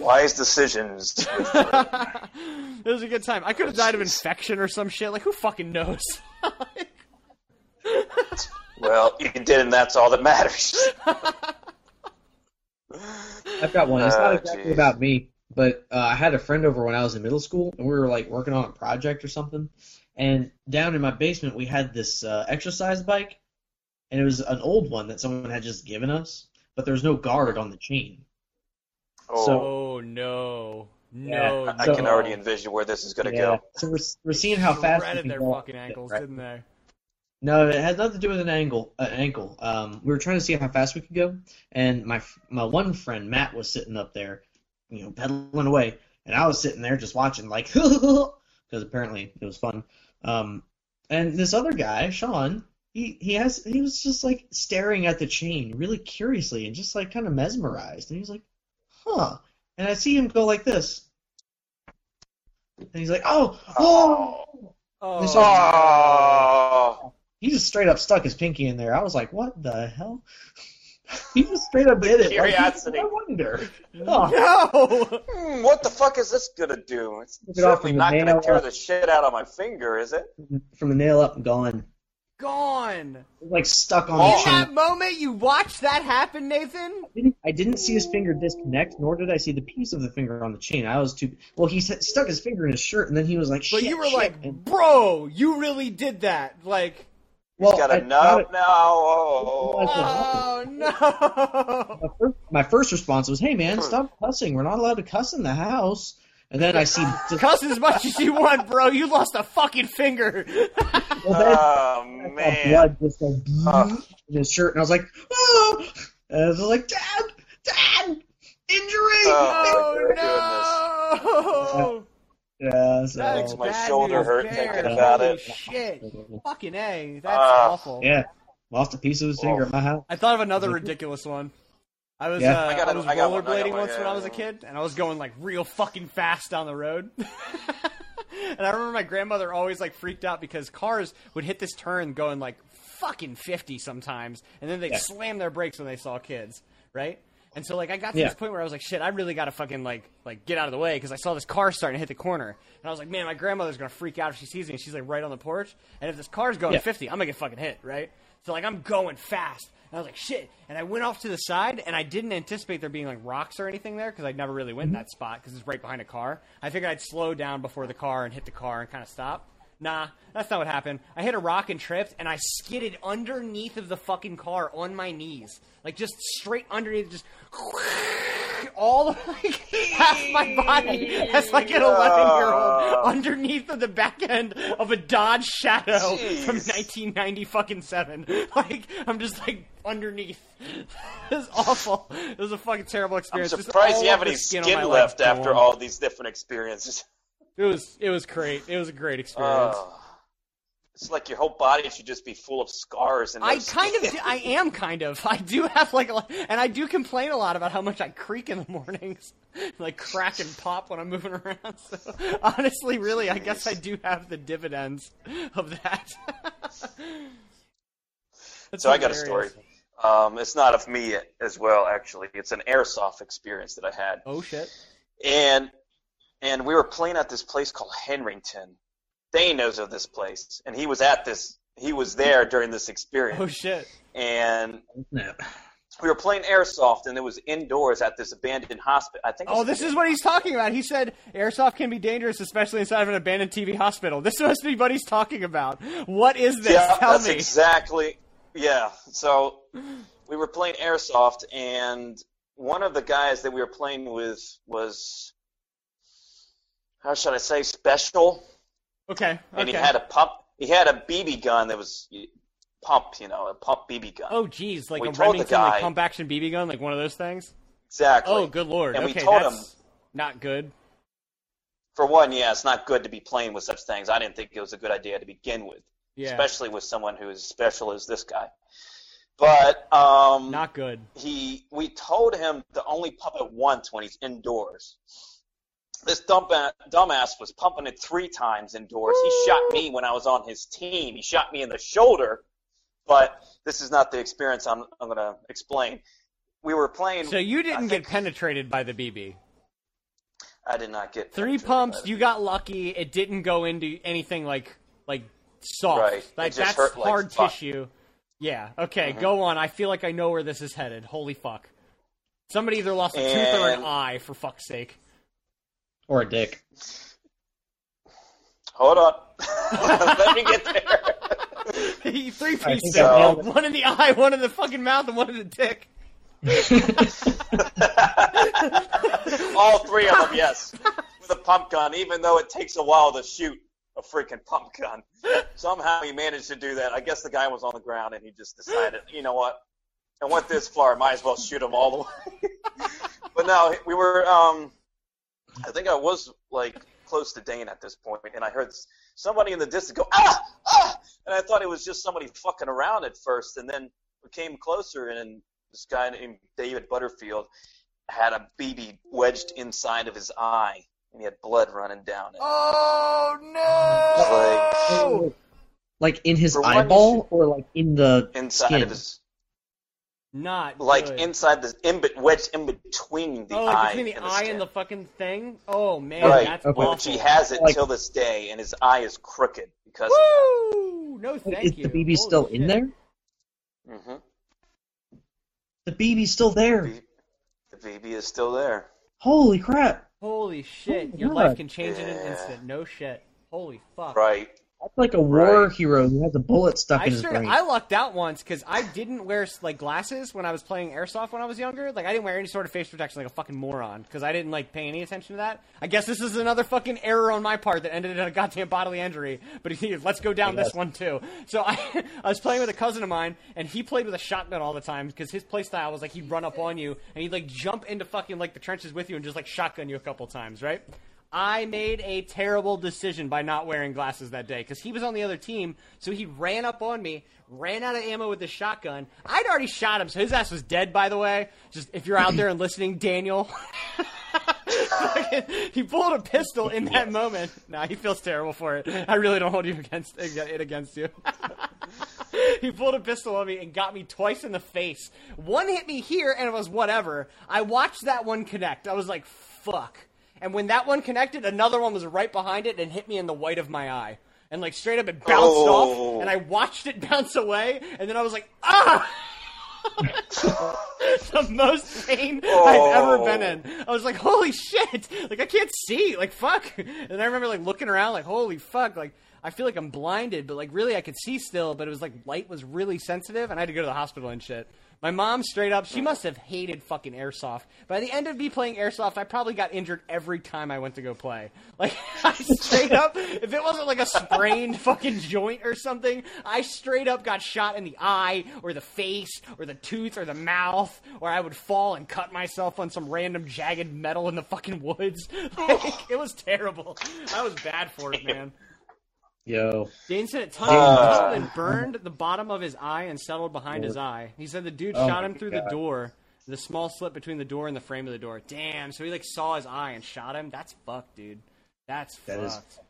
S2: Wise decisions.
S1: it was a good time. I could have died of infection or some shit. Like who fucking knows?
S2: well, you did, and that's all that matters.
S3: I've got one. It's not
S2: Oh,
S3: exactly
S2: geez.
S3: about me, but uh, I had a friend over when I was in middle school, and we were like working on a project or something. And down in my basement, we had this uh, exercise bike, and it was an old one that someone had just given us, but there was no guard on the chain.
S2: Oh,
S3: So-
S1: oh no,
S3: Yeah,
S1: no!
S2: I
S1: no.
S2: can already envision where this is going to go.
S3: So we're, we're seeing how fast we
S1: shredded
S3: can
S1: their
S3: go.
S1: fucking ankles,
S3: Right.
S1: didn't they?
S3: No, it had nothing to do with an angle. An ankle. Um, we were trying to see how fast we could go, and my f- my one friend Matt was sitting up there, you know, pedaling away, and I was sitting there just watching, like, because apparently it was fun. Um, and this other guy, Sean, he he has he was just like staring at the chain really curiously and just like kind of mesmerized, and he's like, huh. And I see him go like this, and he's like, oh, oh.
S1: Oh,
S3: This-
S2: Oh,
S3: He just straight up stuck his pinky in there. I was like, what the hell? He just straight up did it. Like,
S2: Curiosity.
S3: I wonder. Oh.
S1: no!
S2: Hmm, what the fuck is this going to do? It's
S3: Took it off
S2: certainly
S3: from the
S2: not going to
S3: nail
S2: tear
S3: up.
S2: the shit out of my finger, is it?
S3: From the nail up and gone.
S1: Gone.
S3: Like stuck on
S2: Oh.
S3: the
S1: In
S3: chain.
S1: that moment, you watched that happen, Nathan.
S3: I didn't, I didn't see his finger disconnect, nor did I see the piece of the finger on the chain. I was too. Well, he s- stuck his finger in his shirt, and then he was like,
S1: But
S3: shit,
S1: you were
S3: shit,
S1: like,
S3: and-
S1: bro, you really did that. Like,
S3: well,
S2: Got
S3: I
S2: a
S3: thought
S2: nub
S3: it-
S2: now. Oh,
S1: oh no!
S3: my, first, my first response was, hey, man, stop cussing. We're not allowed to cuss in the house. And then I see. just-
S1: Cuss as much as you want, bro. You lost a fucking finger.
S3: well, then-
S2: Oh,
S3: saw
S2: man.
S3: blood just like
S2: Ugh.
S3: in his shirt, and I was like, "Oh!" And I was like, "Dad, Dad, injury!"
S1: Uh,
S2: Oh. my
S1: oh
S3: Yeah,
S1: no! That
S3: so
S2: Makes
S1: is
S2: my
S1: bad
S2: shoulder
S1: news
S2: hurt
S1: there.
S2: thinking about
S1: Holy
S2: it.
S1: Shit! Fucking a. That's
S2: Ah.
S1: awful.
S3: yeah, lost a piece of his finger
S2: Oh.
S3: at my house.
S1: I thought of another ridiculous one. I was
S3: Yeah.
S1: uh,
S2: I
S1: I,
S2: got it.
S1: was
S2: I got one. I got
S1: rollerblading
S2: one.
S1: once
S2: Yeah,
S1: when I
S2: yeah,
S1: was a
S2: yeah.
S1: kid, and I was going like real fucking fast down the road. and I remember my grandmother always like freaked out because cars would hit this turn going like fucking fifty sometimes, and then they'd
S3: Yeah.
S1: slam their brakes when they saw kids, right? And so like I got to
S3: Yeah.
S1: this point where I was like, shit, I really gotta fucking like like get out of the way because I saw this car starting to hit the corner, and I was like, man, my grandmother's gonna freak out if she sees me. and She's like right on the porch, and if this car's going
S3: Yeah.
S1: fifty, I'm gonna get fucking hit, right? So like I'm going fast, and I was like, shit, and I went off to the side, and I didn't anticipate there being like rocks or anything there because I never really went in that spot because it's right behind a car. I figured I'd slow down before the car and hit the car and kind of stop. Nah, that's not what happened. I hit a rock and tripped, and I skidded underneath of the fucking car on my knees, like just straight underneath, just all like half my body as like an eleven year old underneath of the back end of a Dodge Shadow from
S2: Jeez.
S1: nineteen ninety fucking seven. Like I'm just like underneath. this is awful. It was a fucking terrible
S2: I'm
S1: experience. Just
S2: surprised
S1: all
S2: you have
S1: of the
S2: any
S1: skin
S2: skin,
S1: on my leg
S2: left after
S1: gone.
S2: all these different experiences.
S1: It was it was great. It was a great experience.
S2: Oh. it's like your whole body should just be full of scars and no
S1: I kind of,
S2: skin.
S1: do, I am kind of. I do have like, a lot, and I do complain a lot about how much I creak in the mornings, like crack and pop when I'm moving around. So honestly, really, I guess I do have the dividends of that. That's
S2: So I got a
S1: hilarious.
S2: story. Um, it's not of me as well, actually. It's an airsoft experience that I had,
S1: Oh shit!
S2: and and we were playing at this place called Henrington. Dane knows of this place, and he was at this. He was there during this
S1: Oh
S2: experience,
S1: shit!
S2: and
S5: Snap.
S2: we were playing airsoft, and it was indoors at this abandoned hospital. I think.
S1: Oh, this is what he's talking about. He said airsoft can be dangerous, especially inside of an abandoned TV hospital. This must be what he's talking about. What is this?
S2: Yeah,
S1: Tell
S2: that's
S1: me.
S2: exactly. Yeah. So we were playing airsoft, and one of the guys that we were playing with was how should I say special,
S1: okay.
S2: and
S1: okay.
S2: he had a pump. He had a BB gun that was pump, you know, a pump BB gun.
S1: Oh, geez, like
S2: We
S1: a
S2: told the
S1: Remington like
S2: guy-
S1: pump action BB gun, like one of those things.
S2: exactly.
S1: Oh, good lord!
S2: And we
S1: okay,
S2: told
S1: that's
S2: him-
S1: not good.
S2: For one, yeah, it's not good to be playing with such things. I didn't think it was a good idea to begin with,
S1: Yeah,
S2: especially with someone who is special as this guy. But um,
S1: not good.
S2: he we told him to only pump it once when he's indoors. This dumb dumbass was pumping it three times indoors. He shot me when I was on his team. He shot me in the shoulder, but this is not the experience I'm I'm gonna explain. We were playing.
S1: So you didn't
S2: I
S1: get
S2: think-
S1: penetrated by the BB.
S2: I did not get
S1: Three
S2: penetrated
S1: pumps.
S2: by it.
S1: You got lucky. It didn't go into anything like like soft.
S2: Right, it
S1: Like
S2: just
S1: that's
S2: hurt like
S1: hard
S2: fuck. Mm-hmm.
S1: tissue. Yeah. Okay. Go on. I feel like I know where this is headed. Holy fuck! Somebody either lost a tooth or an
S2: And-
S1: eye. For fuck's sake.
S5: Or a dick.
S2: Hold on. Let me get there.
S1: Three
S5: I think
S1: piece
S2: so.
S5: I
S1: set.
S5: nailed
S1: One in the eye, one in the fucking mouth, and one in the dick.
S5: it.
S2: All three of them, yes, with a pump gun. Even though it takes a while to shoot a freaking pump gun, somehow he managed to do that. I guess the guy was on the ground and he just decided, you know what, I went this far, I might as well shoot him all the way. but no, we were. Um, I think I was like close to Dane at this point, and I heard s- somebody in the distance go ah ah, and I thought it was just somebody fucking around at first, and then we came closer, and this guy named David Butterfield had a BB wedged inside of his eye, and he had blood running down it.
S1: Oh
S2: no!
S5: like in his
S2: For one
S5: eyeball or like in the
S2: Inside
S5: skin?
S2: of his,
S1: Not
S2: like
S1: good.
S2: inside the in, bet- wedged in between the
S1: oh,
S2: eye
S1: like between the,
S2: and the
S1: eye
S2: skin.
S1: and the fucking thing. Oh man,
S2: right,
S1: that's
S5: okay.
S2: which
S1: awful.
S2: he has it
S5: Like-
S2: till this day, and his eye is crooked because.
S1: Woo! No, thank
S5: Is
S1: you.
S5: the BB
S1: Holy
S5: still in
S1: shit.
S5: there?
S2: Mm-hmm.
S5: The BB's still there.
S2: The BB is still there.
S5: Holy crap!
S1: Holy shit!
S5: Oh,
S1: Your
S5: God.
S1: life can change in an
S2: Yeah.
S1: instant. No shit. Holy fuck.
S2: Right.
S5: That's like a war
S2: Right.
S5: hero who has a bullet stuck
S1: I
S5: in his
S1: sure
S5: brain.
S1: I lucked out once because I didn't wear like glasses when I was playing airsoft when I was younger. Like I didn't wear any sort of face protection like a fucking moron because I didn't like pay any attention to that. I guess this is another fucking error on my part that ended in a goddamn bodily injury. But he, let's go down this one too. So I I was playing with a cousin of mine and he played with a shotgun all the time because his play style was like he'd run up on you and he'd like jump into fucking like the trenches with you and just like shotgun you a couple times, right? I made a terrible decision by not wearing glasses that day because he was on the other team. So he ran up on me, ran out of ammo with his shotgun. I'd already shot him, so his ass was dead. By the way, just if you're out there and listening, Daniel, Fucking- he pulled a pistol in that moment. Nah, he feels terrible for it. I really don't hold you against it against you. he pulled a pistol on me and got me twice in the face. One hit me here, and it was whatever. I watched that one connect. I was like, fuck. And when that one connected, another one was right behind it and hit me in the white of my eye. And like straight up, it bounced
S2: Oh.
S1: off, and I watched it bounce away, and then I was like, ah! the most pain I've ever been in. I was like, holy shit! Like I can't see. Like fuck. And I remember like looking around, like holy fuck. Like I feel like I'm blinded, but like really I could see still, but it was like light was really sensitive and I had to go to the hospital and shit. My mom straight up, she must have hated fucking airsoft. By the end of me playing airsoft, I probably got injured every time I went to go play. Like I straight up, if it wasn't like a sprained fucking joint or something, I straight up got shot in the eye or the face or the tooth or the mouth, or I would fall and cut myself on some random jagged metal in the fucking woods. Like, it was terrible. I was bad for it, man.
S5: Yo,
S1: Dane said it tunneled,
S2: Uh.
S1: tunneled and burned the bottom of his eye and settled behind his eye. He said the dude
S5: Oh
S1: shot
S5: my
S1: him through the
S5: God.
S1: door, the small slit between the door and the frame of the door. Damn! So he like saw his eye and shot him. That's fucked, dude. That's
S5: That is-
S1: fucked.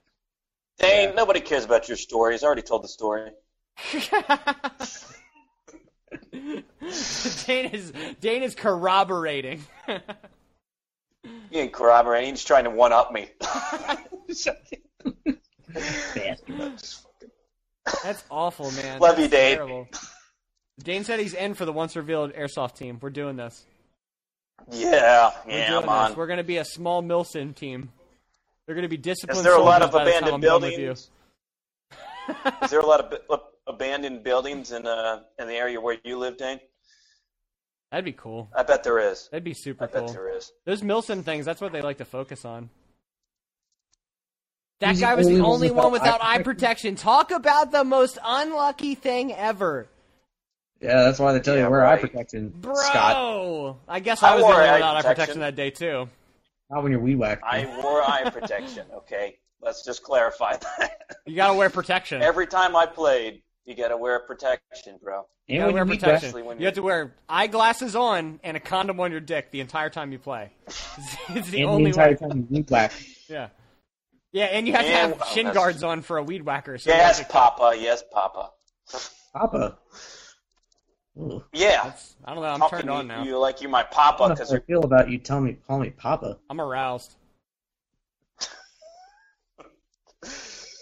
S2: Dang, nobody cares about your story. He's already told the story.
S1: Dane is Dane is corroborating.
S2: He ain't corroborating. He's trying to one up me.
S1: That's awful, man.
S2: Love
S1: That's
S2: you, Dane.
S1: terrible. Dane said he's in for the once revealed airsoft team. We're doing this.
S2: yeah,
S1: We're
S2: yeah,
S1: doing
S2: I'm
S1: this.
S2: on.
S1: We're going to be a small Milson team. They're going to be disciplined.
S2: Is there a lot
S1: soldiers
S2: of
S1: by the time
S2: abandoned
S1: I'm done with
S2: buildings? Is there a lot of b- ab- abandoned buildings in uh in the area where you live, Dane?
S1: you. That'd be cool.
S2: I bet there is.
S1: That'd be
S2: I
S1: super
S2: bet
S1: cool.
S2: there is.
S1: Those Milson things, that's what they like to focus on. That
S5: He's
S1: guy was the only one without
S5: eye
S1: eye protection. Talk about the most unlucky thing ever.
S5: yeah, that's why they tell
S2: Yeah,
S5: you wear
S2: right.
S5: eye protection,
S1: Bro!
S5: Scott.
S1: I guess
S2: I
S1: I was the
S2: wore
S1: only one
S2: eye
S1: without eye protection
S2: protection.
S1: that day, too.
S5: Not when you're weed whacking.
S2: I wore eye protection. Okay, let's just clarify that.
S1: You got to wear protection.
S2: Every time I played, you gotta wear protection, bro.
S5: and
S1: You
S5: when
S1: gotta wear
S5: you weed
S1: protection.
S2: actually when
S1: You have to wear eyeglasses on and a condom on your dick the entire time you play. It's-
S5: whack,
S1: It's the
S5: and the
S1: only
S5: entire
S1: way.
S5: time you weed whack.
S1: Yeah. Yeah, and you have
S2: And-
S1: to
S2: oh,
S1: have shin
S2: that's-
S1: guards on for a weed whacker. So
S2: Yes,
S1: that's-
S2: Papa. Yes, Papa.
S5: Papa. Ooh.
S2: Yeah.
S1: that's- I don't know. I'm
S2: Talking
S1: turned
S2: to
S1: on now.
S2: You like you my
S5: I don't
S2: Papa
S5: know
S2: because
S5: how I feel about you telling me call me Papa.
S1: I'm aroused.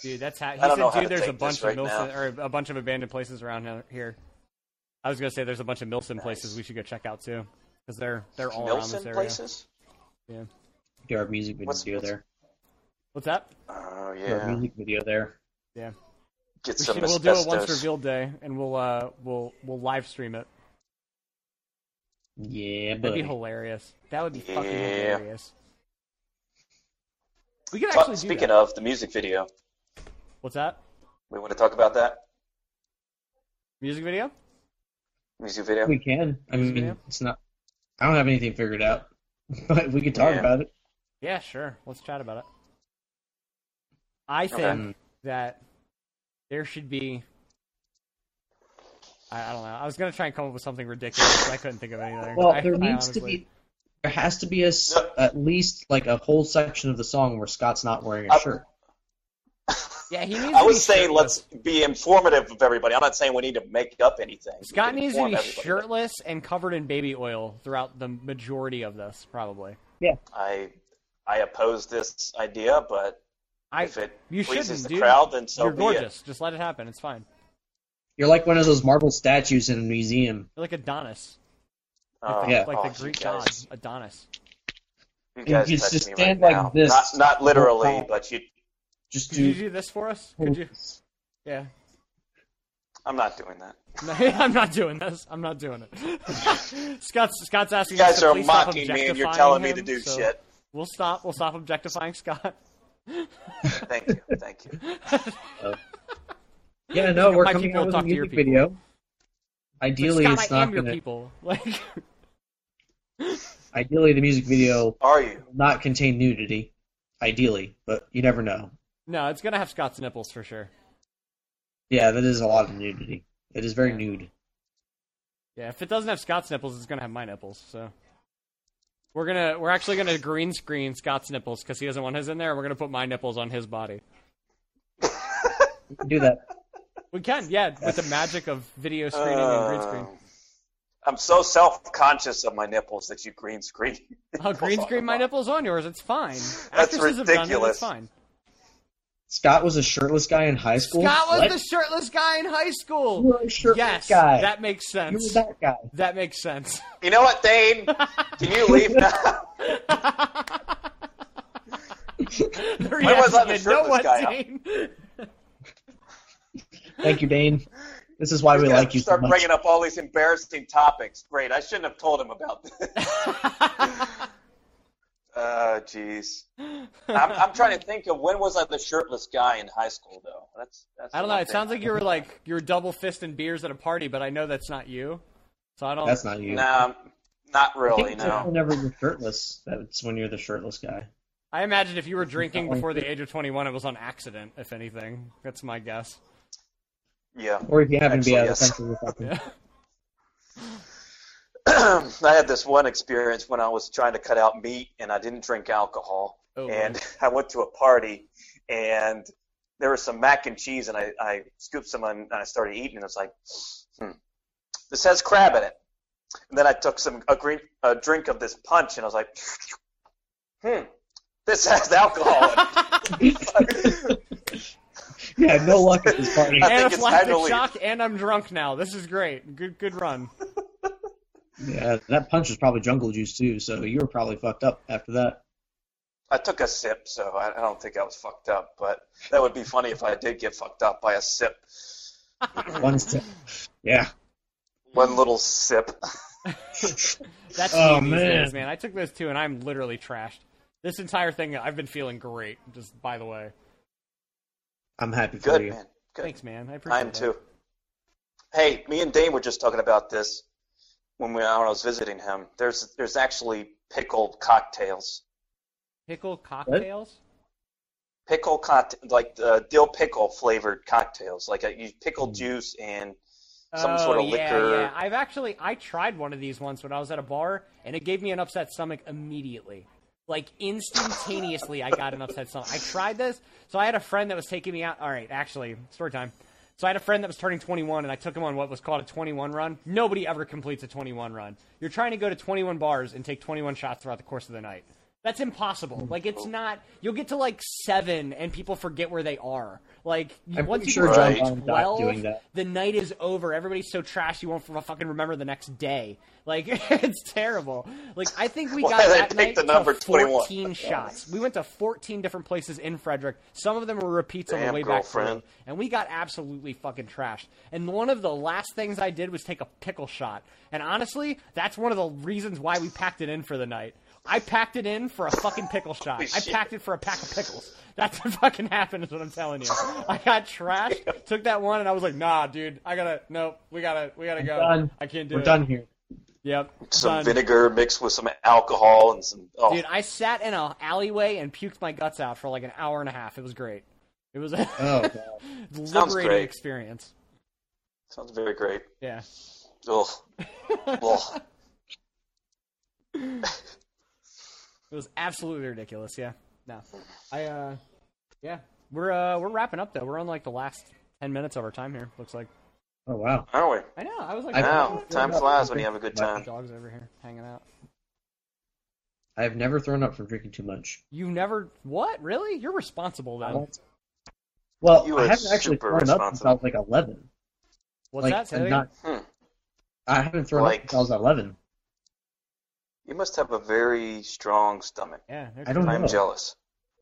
S1: Dude, that's how he
S2: I don't know
S1: said.
S2: how
S1: Dude,
S2: to
S1: there's a
S2: take
S1: bunch
S2: this
S1: of
S2: right
S1: Milson
S2: now.
S1: or a bunch of abandoned places around he- here. I was gonna say there's a bunch of Milson places we should go check out too, because they're they're all around this
S2: Nelson
S1: area.
S2: places.
S5: Do our music video
S2: What's- what's-
S5: there.
S1: What's that?
S2: Oh
S5: Do our
S2: yeah.
S5: music video there.
S2: Get
S1: We
S2: some
S1: should- we'll do a once
S2: asbestos.
S1: revealed day, and we'll uh we'll we'll live stream it.
S5: Yeah,
S1: That'd be
S5: but
S1: hilarious. That would be fucking
S2: Yeah.
S1: hilarious. We could
S2: Talk-
S1: actually do
S2: speaking
S1: that.
S2: of the music video,
S1: What's that?
S2: we want to talk about that
S1: Music video?
S2: music video.
S5: we can. I mean,
S1: Yeah.
S5: it's not. I don't have anything figured out, but we could talk
S2: Yeah.
S5: about it.
S1: Yeah, sure. Let's chat about it. I think
S5: Okay.
S1: that there should be. I, I don't know. I was gonna try and come up with something ridiculous, but I couldn't think of anything.
S5: Well,
S1: I-
S5: there
S1: I
S5: needs to
S1: honestly-
S5: be. There has to be a s at least like a whole section of the song where Scott's not wearing a
S2: I-
S5: shirt.
S1: Yeah, he needs.
S2: I
S1: to
S2: was
S1: be
S2: saying
S1: shirtless.
S2: let's be informative of everybody. I'm not saying we need to make up anything. We
S1: Scott
S2: can
S1: needs to
S2: inform
S1: be
S2: everybody.
S1: shirtless and covered in baby oil throughout the majority of this, probably.
S2: I I oppose this idea, but
S1: I.
S2: if it
S1: you
S2: pleases
S1: shouldn't,
S2: the
S1: dude.
S2: crowd, then so
S1: You're
S2: be
S1: gorgeous. Just let it happen. It's fine.
S5: You're like one of those marble statues in a museum.
S1: You're like Adonis,
S2: it. Oh,
S5: Yeah.
S1: like
S2: oh,
S1: the Greek
S2: you guys,
S1: god Adonis.
S2: You
S5: You
S2: guys
S5: just
S2: touched me
S5: stand
S2: right
S5: like
S2: now.
S5: this.
S2: Not not literally,
S5: Wow.
S2: but you.
S5: Just
S1: Could you
S5: do.
S1: do this for us? Could you? Yeah.
S2: I'm not doing that.
S1: No, I'm not doing this. I'm not doing it. Scott's Scott's asking.
S2: You
S1: us
S2: guys
S1: to
S2: are
S1: please stop
S2: mocking me, and you're
S1: objectifying
S2: telling me
S1: him,
S2: to do
S1: so
S2: shit.
S1: We'll stop. We'll stop objectifying Scott.
S2: Thank you, thank you.
S5: Yeah, no, we're
S1: My
S5: coming
S1: people
S5: out with a
S1: talk to your
S5: music video.
S1: Like,
S5: Ideally,
S1: Scott,
S5: it's
S1: I
S5: not
S1: am your
S5: gonna.
S1: people. Like,
S5: Ideally, the music video
S2: Are you?
S5: will not contain nudity. Ideally, but you never know.
S1: no, it's gonna have Scott's nipples for sure.
S5: Yeah, that is a lot of nudity. It is very nude.
S1: Yeah, if it doesn't have Scott's nipples, it's gonna have my nipples. So we're gonna we're actually gonna green screen Scott's nipples because he doesn't want his in there. and We're gonna put my nipples on his body.
S5: You can do that.
S1: We can, yeah, with the magic of video screening and green screen.
S2: Uh, I'm so self-conscious of my nipples that you green screen.
S1: I'll Oh, green screen my nipples on yours. It's fine.
S2: That's
S1: Actresses Have done it, it's
S2: ridiculous.
S1: fine.
S5: Scott was a shirtless guy in high school.
S1: Scott was
S5: What?
S1: the shirtless guy in high school.
S5: You were a shirtless
S1: yes,
S5: guy.
S1: that makes
S5: You were
S1: sense.
S5: that guy.
S1: That makes sense.
S2: You know what, Dane? Can you leave now?
S1: The reaction
S2: was I the
S1: to, "No,
S2: shirtless
S1: what,
S2: guy, huh?"
S1: Dane?"
S3: Thank you, Dane. This is why we like you so
S2: Start
S3: much.
S2: bringing up all these embarrassing topics. Great. I shouldn't have told him about this. Uh, jeez. I'm, I'm trying to think of when was I the shirtless guy in high school though. That's that's.
S1: I don't
S2: the
S1: know.
S2: one
S1: It sounds
S2: thing.
S1: like you were like you were double fisting beers at a party, but I know that's not you. So I don't.
S3: That's not you.
S2: No, not
S3: I think
S2: really.
S3: it's like
S2: No.
S3: Whenever you're shirtless, that's when you're the shirtless guy.
S1: I imagine if you were drinking
S3: like
S1: before the age of 21, it was on accident, if anything. That's my guess.
S2: Yeah.
S3: Or if you happen to be out
S2: Actually, yes.
S3: of the country or something.
S1: Yeah.
S2: I had this one experience when I was trying to cut out meat and I didn't drink alcohol.
S1: Oh,
S2: and
S1: boy.
S2: I went to a party and there was some mac and cheese and I, I scooped some and I started eating and I was like, hmm, this has crab in it. And then I took some a, green, a drink of this punch and I was like, hmm, this has alcohol
S1: Oh.
S2: in it.
S3: You had no luck at this party.
S2: I think it's time to
S1: Anaphylactic
S2: leave.
S1: shock, and I'm drunk now. This is great. Good, good run.
S3: Yeah, that punch was probably jungle juice too, so you were probably fucked up after that.
S2: I took a sip, so I, I don't think I was fucked up, but that would be funny if I did get fucked up by a sip.
S3: One sip. Yeah.
S2: One little sip.
S1: That's
S3: Oh,
S1: me these
S3: man.
S1: days, man. I took those two, and I'm literally trashed. This entire thing, I've been feeling great. Just by the way,
S3: I'm happy for
S2: Good,
S3: you.
S2: man. Good.
S1: thanks, man. I appreciate
S2: I am
S1: that.
S2: too. Hey, me and Dane were just talking about this when we when I was visiting him. There's there's actually pickled cocktails,
S1: Pickle cocktails.
S2: pickle cocktail like uh, dill pickle flavored cocktails, like uh you pickle juice and some
S1: Hmm. oh,
S2: sort of
S1: yeah,
S2: liquor.
S1: Yeah, I've actually I tried one of these once when I was at a bar, and it gave me an upset stomach immediately. Like instantaneously, I got an upset stomach. I tried this, so I had a friend that was taking me out. All right, actually, story time. So I had a friend that was turning 21, and I took him on what was called a 21 run. Nobody ever completes a 21 run. You're trying to go to 21 bars and take 21 shots throughout the course of the night. That's impossible. Like it's not. You'll get to like seven, and people forget where they are. Like
S3: I'm
S1: once
S3: pretty
S1: you
S3: sure
S1: get
S3: John
S2: Right.
S1: to
S3: Von Dyke
S1: 12,
S3: doing that.
S1: the night is over. Everybody's so trash you won't f- fucking remember the next day. Like it's terrible. Like I think we
S2: Why
S1: got
S2: did I
S1: that
S2: pick
S1: night
S2: the number
S1: to
S2: 21?
S1: 14 shots. We went to 14 different places in Frederick. Some of them were repeats on the
S2: Damn,
S1: way back
S2: girlfriend.
S1: through, and we got absolutely fucking trashed. And one of the last things I did was take a pickle shot. And honestly, that's one of the reasons why we packed it in for the night. I packed it in for a fucking pickle shot. I
S2: shit.
S1: packed it for a pack of pickles. That's what fucking happened, is what I'm telling you. I got trashed, took that one, and I was like, nah, dude, I gotta, nope, we gotta, we gotta go.
S3: done.
S1: I can't do
S3: We're
S1: it.
S3: done here.
S1: Yep.
S2: Some
S1: done.
S2: vinegar mixed with some alcohol and some. Oh,
S1: Dude, I sat in a alleyway and puked my guts out for like an hour and a half. It was great. It was a
S3: Oh god.
S1: liberating
S2: great.
S1: experience.
S2: sounds very great.
S1: Yeah.
S2: Ugh. Ugh.
S1: It was absolutely ridiculous. Yeah. No. I uh. Yeah. We're uh we're wrapping up though. We're on like the last ten minutes of our time here. Looks like.
S3: Oh wow.
S2: Aren't we?
S1: I know. I was like.
S3: I-
S1: "Oh,
S2: Wow,
S1: what's
S2: time
S1: up?"
S2: flies when you have a good
S1: The
S2: time.
S1: Dogs over here hanging out.
S3: I have never thrown up from drinking too much.
S1: You never what? Really? You're responsible though.
S3: Well,
S2: You
S3: I
S2: are
S3: haven't actually
S2: super
S3: thrown up since I was like eleven.
S1: What's
S3: like,
S1: that? Say
S3: I'm
S1: that again?
S3: not-
S2: Hmm.
S3: I haven't thrown
S2: Like-
S3: up since I was eleven.
S2: You must have a very strong stomach.
S1: Yeah. they're
S3: I don't
S1: cool.
S3: know.
S2: I'm jealous.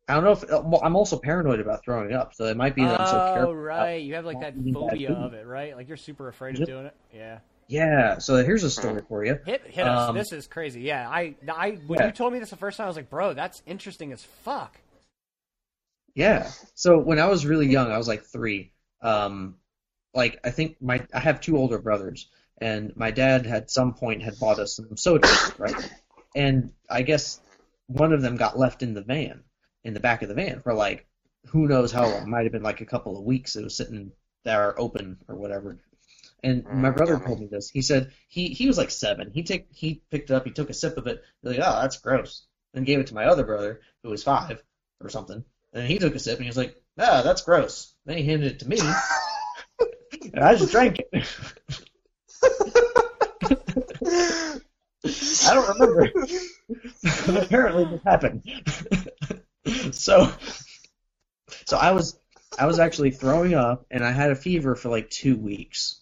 S3: I don't know if well, I'm also paranoid about throwing up, so it might be that I'm so careful.
S1: Oh
S3: about-
S1: right, you have like that
S3: eating bad
S1: phobia
S3: food.
S1: of it, right? Like you're super afraid of
S3: Yep.
S1: doing it. Yeah.
S3: Yeah. So here's a
S2: Hmm.
S3: story for you.
S1: Hit hit us.
S3: Um,
S1: this is crazy. Yeah, I I when
S3: Yeah.
S1: you told me this the first time, I was like, bro, that's interesting as fuck.
S3: Yeah. So when I was really young, I was like three. Um, like I think my I have two older brothers, and my dad at some point had bought us some soda, right? And I guess one of them got left in the van, in the back of the van for like who knows how long. Might have been like a couple of weeks. It was sitting there open or whatever. And my
S2: Mm,
S3: brother
S2: yummy.
S3: told me this. He said he he was like seven. He take he picked it up. He took a sip of it. He's like, oh, that's gross. Then gave it to my other brother who was five or something. And he took a sip and he was like, ah, that's gross. Then he handed it to me. and I just drank it. I don't remember. But Apparently this happened. so so I was I was actually throwing up and I had a fever for like two weeks.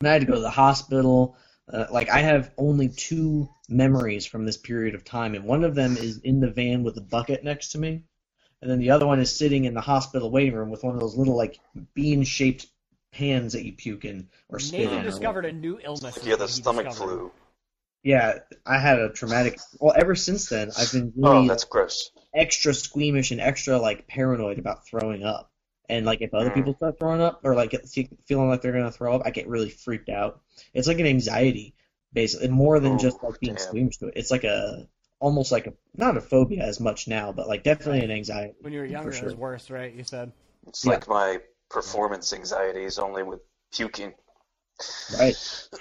S3: And I had to go to the hospital. Uh, like I have only two memories from this period of time, and one of them is in the van with the bucket next to me, and then the other one is sitting in the hospital waiting room with one of those little like bean shaped hands that you puke in or spit in.
S1: Nathan
S3: or
S1: discovered a new illness.
S2: Like
S1: is
S2: you had the
S1: what he
S2: stomach
S1: discovered.
S2: flu.
S3: Yeah, I had a traumatic. Well, ever since then, I've been
S2: Oh,
S3: really
S2: that's gross.
S3: extra squeamish and extra like paranoid about throwing up. And like if other
S2: Mm.
S3: people start throwing up or like get- feeling like they're gonna throw up, I get really freaked out. It's like an anxiety, basically, more than just
S2: Oh,
S3: like being
S2: damn.
S3: squeamish to it. It's like a almost like a not a phobia as much now, but like definitely an anxiety.
S1: When you were younger, it was
S3: sure.
S1: worse, right? You said.
S2: It's
S3: Yeah.
S2: like my performance anxieties only with puking.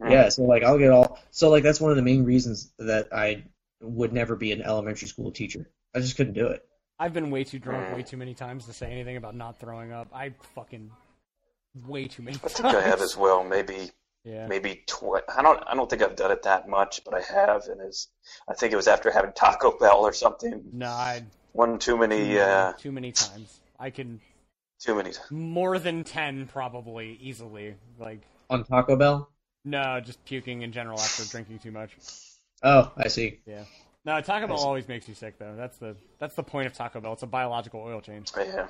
S3: Right. Yeah, so like I'll get all so like that's one of the main reasons that I would never be an elementary school teacher. I just couldn't do it.
S1: I've been way too drunk
S2: Mm.
S1: way too many times to say anything about not throwing up. I fucking way too many
S2: I
S1: times.
S2: think I have as well. Maybe
S1: Yeah.
S2: maybe tw- I don't I don't think I've done it that much, but I have, and it's I think it was after having Taco Bell or something.
S1: No, I
S2: One too many, uh,
S1: too many times. I can
S2: too many.
S1: more than ten probably easily. Like
S3: On Taco Bell?
S1: no, just puking in general after drinking too much.
S3: Oh, I see.
S1: No, Taco Bell
S3: Nice.
S1: always makes you sick though. That's the that's the point of Taco Bell. It's a biological oil change.
S2: Yeah,
S1: Yeah,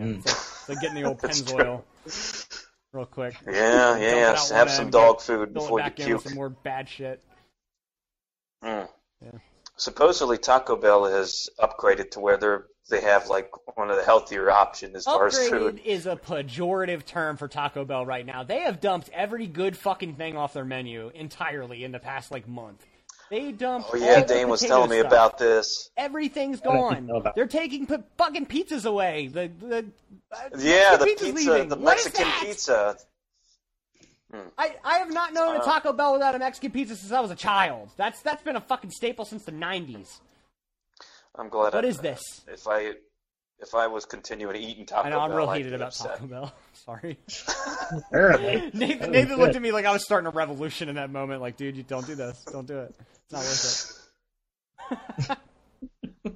S3: Mm.
S1: it's, like, it's like getting the old
S2: That's
S1: Penn's
S2: true.
S1: oil real quick.
S2: yeah,
S1: it out
S2: yeah.
S1: one
S2: Have
S1: end,
S2: some
S1: get-
S2: dog food
S1: Fill
S2: before
S1: it
S2: you
S1: back in with
S2: puke.
S1: some more bad shit.
S2: Mm.
S1: Yeah.
S2: Supposedly, Taco Bell has upgraded to where they're they have like one of the healthier options as far as food.
S1: Upgraded is a pejorative term for Taco Bell right now. They have dumped every good fucking thing off their menu entirely in the past like month. They dumped.
S2: Oh yeah,
S1: all the
S2: Dane was
S1: potato
S2: telling me
S1: stuff.
S2: about this.
S1: Everything's
S3: I don't even know
S1: gone.
S3: about-
S1: They're taking p- fucking pizzas away. The the uh,
S2: Yeah, the
S1: pizza's
S2: pizza,
S1: leaving.
S2: the
S1: What is
S2: Mexican
S1: that?
S2: pizza.
S1: I, I have not known a
S2: Uh.
S1: Taco Bell without a Mexican pizza since I was a child. That's that's been a fucking staple since the '90s.
S2: I'm glad.
S1: What
S2: I,
S1: is this?
S2: If I if I was continuing eating Taco
S1: I know I'm
S2: Bell,
S1: real
S2: I'd
S1: heated
S2: be
S1: about
S2: upset.
S1: Taco Bell. Sorry.
S3: Apparently.
S1: Nathan,
S3: Oh,
S1: Nathan
S3: shit.
S1: looked at me like I was starting a revolution in that moment. Like, dude, you don't do this. Don't do it. It's not worth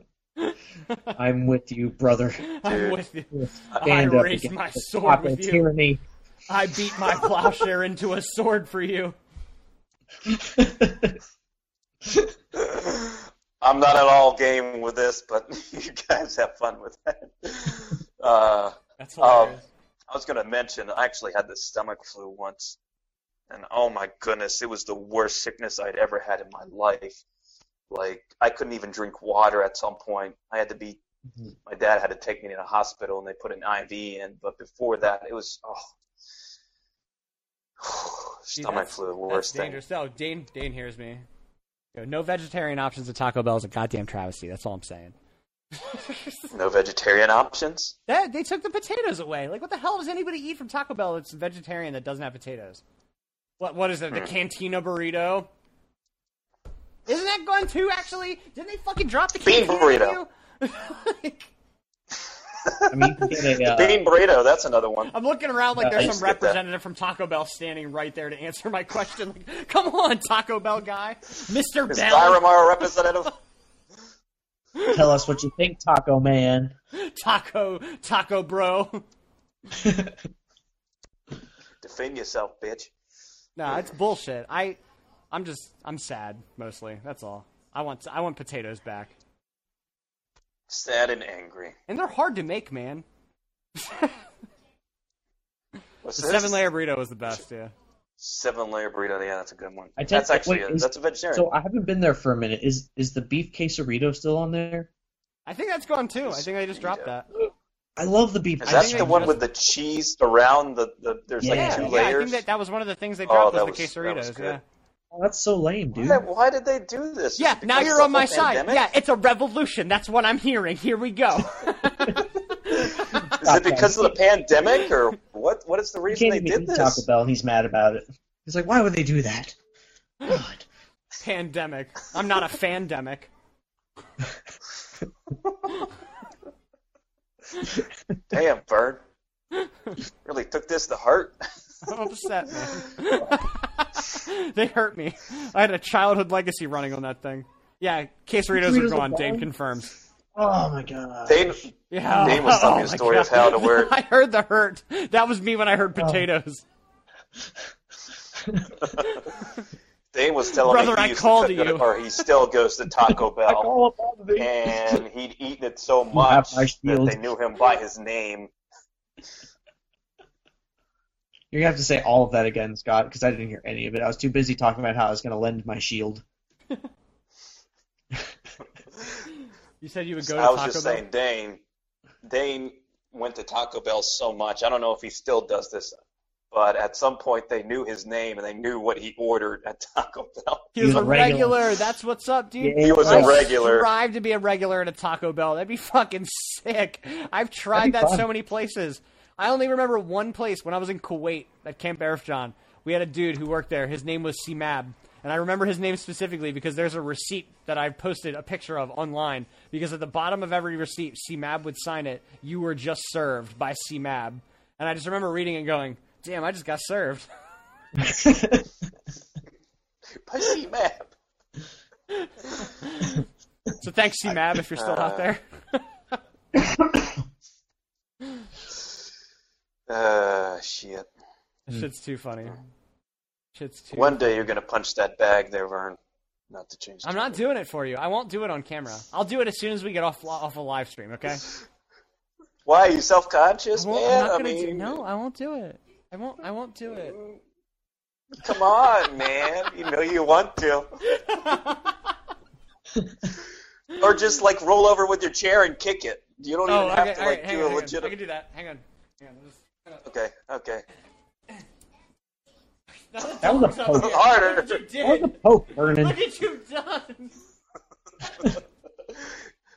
S3: I'm with you, brother.
S1: it. I'm
S2: Dude.
S1: with you. I
S3: Stand up
S1: raised
S3: against
S1: my
S3: the
S1: sword
S3: top
S1: with
S3: of
S1: you.
S3: tyranny.
S1: I beat my plowshare into a sword for you.
S2: I'm not at all game with this, but you guys have fun with that. Uh,
S1: That's
S2: Um,
S1: hilarious.
S2: I was gonna mention I actually had the stomach flu once, and oh my goodness, it was the worst sickness I'd ever had in my life. Like I couldn't even drink water at some point. I had to be.
S1: Mm-hmm.
S3: Mhm.
S2: My dad had to take me to the hospital, and they put an IV in. But before that, it was oh,
S1: See,
S2: stomach
S1: that's-
S2: flu, the
S1: That's
S2: worst thing.
S1: dangerous. No, Dane, Dane hears me. Yo, no vegetarian options at Taco Bell is a goddamn travesty. That's all I'm saying.
S2: No vegetarian options.
S1: That, they took the potatoes away. Like, what the hell does anybody eat from Taco Bell that's vegetarian that doesn't have potatoes? What What is it?
S2: Hmm.
S1: The Cantina burrito? Isn't that gone too? Actually, didn't they fucking drop the
S2: Bean
S1: Cantina
S2: burrito.
S1: menu?
S3: I mean, you can get a, uh,
S2: Bean burrito. That's another one.
S1: I'm looking around like
S3: Yeah, I
S1: there's
S2: used
S1: some
S2: to get that.
S1: representative from Taco Bell standing right there to answer my question. Like, come on, Taco Bell guy, Mister
S2: Is
S1: Bell,
S2: Hiram our representative?
S3: tell us what you think, Taco Man.
S1: Taco Taco Bro.
S2: Defend yourself, bitch.
S1: No, it's bullshit. I, I'm just, I'm sad mostly. That's all. I want, I want potatoes back,
S2: Sad and angry.
S1: and they're hard to make, man.
S2: What's
S1: The
S2: this?
S1: seven layer burrito was the best. Yeah,
S2: Seven layer burrito. Yeah, that's a good one.
S3: I tell-
S2: that's actually
S3: wait,
S2: a,
S3: is-
S2: that's a vegetarian.
S3: So I haven't been there for a minute. Is is the beef quesarito still on there?
S1: I think that's gone too. I think I just dropped that.
S3: I love the beef.
S2: is
S3: I
S2: that
S1: think
S2: the
S1: I
S2: one
S1: just-
S2: with the cheese around the, the there's
S3: Yeah,
S2: like two
S1: yeah, I
S2: layers?
S1: think that, that was one of the things they
S2: Oh,
S1: dropped
S2: that
S1: was the
S2: was- that was
S1: quesaritos.
S2: good.
S1: Yeah,
S3: oh, that's so lame, dude.
S2: why, why did they do this?
S1: yeah.
S2: Because
S1: Now
S2: of
S1: you're
S2: the
S1: on my
S2: whole
S1: side.
S2: pandemic?
S1: Yeah, it's a revolution. That's what I'm hearing. Here we go.
S2: Is it because of the pandemic or what? What is the
S3: You
S2: reason
S3: can't
S2: they
S3: even
S2: did
S3: eat Taco
S2: this?
S3: Bell, and he's mad about it. He's like, why would they do that? God.
S1: Pandemic. I'm not a fandemic.
S2: Damn, Bird. really took this to heart.
S1: I'm upset, man. they hurt me. I had a childhood legacy running on that thing. Yeah, quesaritos are
S3: Quesaritos are
S1: gone.
S3: gone?
S1: Dane confirms.
S3: Oh my god.
S2: Dane,
S1: Yeah,
S2: Dane was telling
S1: Oh
S2: me a
S1: my
S2: story of
S1: God.
S2: how to wear-
S1: I heard the hurt. That was me when I heard potatoes.
S2: Dane was telling
S1: Brother,
S2: me
S1: I
S2: he used
S1: called
S2: to cook
S1: you.
S2: it, or he still goes to Taco
S3: I
S2: Bell,
S3: call up all the beef.
S2: and he'd eaten it so
S3: have
S2: much
S3: my
S2: that
S3: shield.
S2: they knew him by his name.
S5: You're gonna have to say all of that again, Scott, because I didn't hear any of it. I was too busy talking about how I was gonna lend my shield.
S1: You said you would go to
S2: I was
S1: Taco
S2: just
S1: Bell.
S2: saying, Dane, Dane went to Taco Bell so much. I don't know if he still does this, but at some point they knew his name and they knew what he ordered at Taco Bell.
S1: he was
S5: He's
S1: a
S5: a regular.
S1: regular. That's what's up, dude.
S5: Yeah,
S2: He was
S1: I
S2: a regular.
S1: Strive to be a regular at a Taco Bell. That'd be fucking sick. I've
S5: That'd
S1: tried
S5: be
S1: that
S5: fun.
S1: so many places. I only remember one place when I was in Kuwait at Camp Arifjan. We had a dude who worked there. His name was Simab. And I remember his name specifically because there's a receipt that I've posted a picture of online. Because at the bottom of every receipt, Simab would sign it. You were just served by Simab. And I just remember reading and going, damn, I just got served.
S2: Pussy map.
S1: So thanks, Cmab, if you're still out there.
S2: Uh, shit.
S1: Shit's too funny. Shit's too.
S2: One day you're gonna punch that bag there, Vern. Not to change.
S1: I'm not doing it for you. I won't do it on camera. I'll do it as soon as we get off off a live stream. Okay.
S2: Why are you self-conscious,
S1: I won't-
S2: man?
S1: I'm not gonna
S2: mean,
S1: do. No, I won't do it. I won't. I won't do it.
S2: come on, man. You know you want to. or just like roll over with your chair and kick it. You don't
S1: Oh,
S2: even
S1: okay.
S2: have to
S1: all right.
S2: like
S1: Hang
S2: do
S1: on. Hang
S2: a
S1: on. I
S2: legitimate.
S1: can do that. Hang on. Hang on. Just...
S2: Okay, okay.
S5: That was a poke.
S2: Harder.
S1: Look at you
S5: That was a
S1: did.
S5: poke, Vernon.
S1: Look at you done.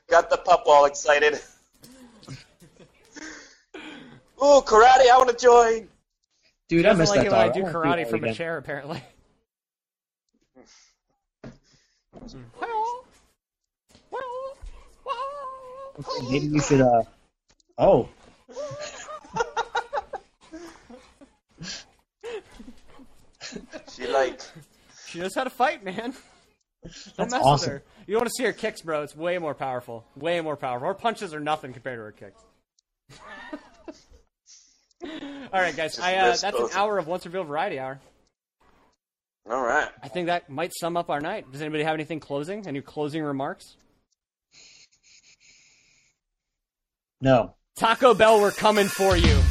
S2: Got the pup all excited. Ooh, karate! I want to join.
S5: Dude, I
S1: Doesn't
S5: missed
S1: like
S5: that
S1: it when I
S5: dog.
S1: do
S5: I wanna see
S1: karate
S5: that
S1: from a
S5: again.
S1: chair. Apparently.
S5: Maybe you should. uh... Oh,
S2: She like
S1: She knows how to fight, man. Don't
S5: That's
S1: mess
S5: awesome.
S1: with her. You don't want to see her kicks, bro. It's way more powerful. Way more powerful. Her punches are nothing compared to her kicks. All right, guys.
S2: Just
S1: I, uh,
S2: list
S1: that's an
S2: both.
S1: hour of Once Revealed Variety Hour.
S2: all right.
S1: I think that might sum up our night. Does anybody have anything closing? Any closing remarks?
S5: no.
S1: Taco Bell, we're coming for you.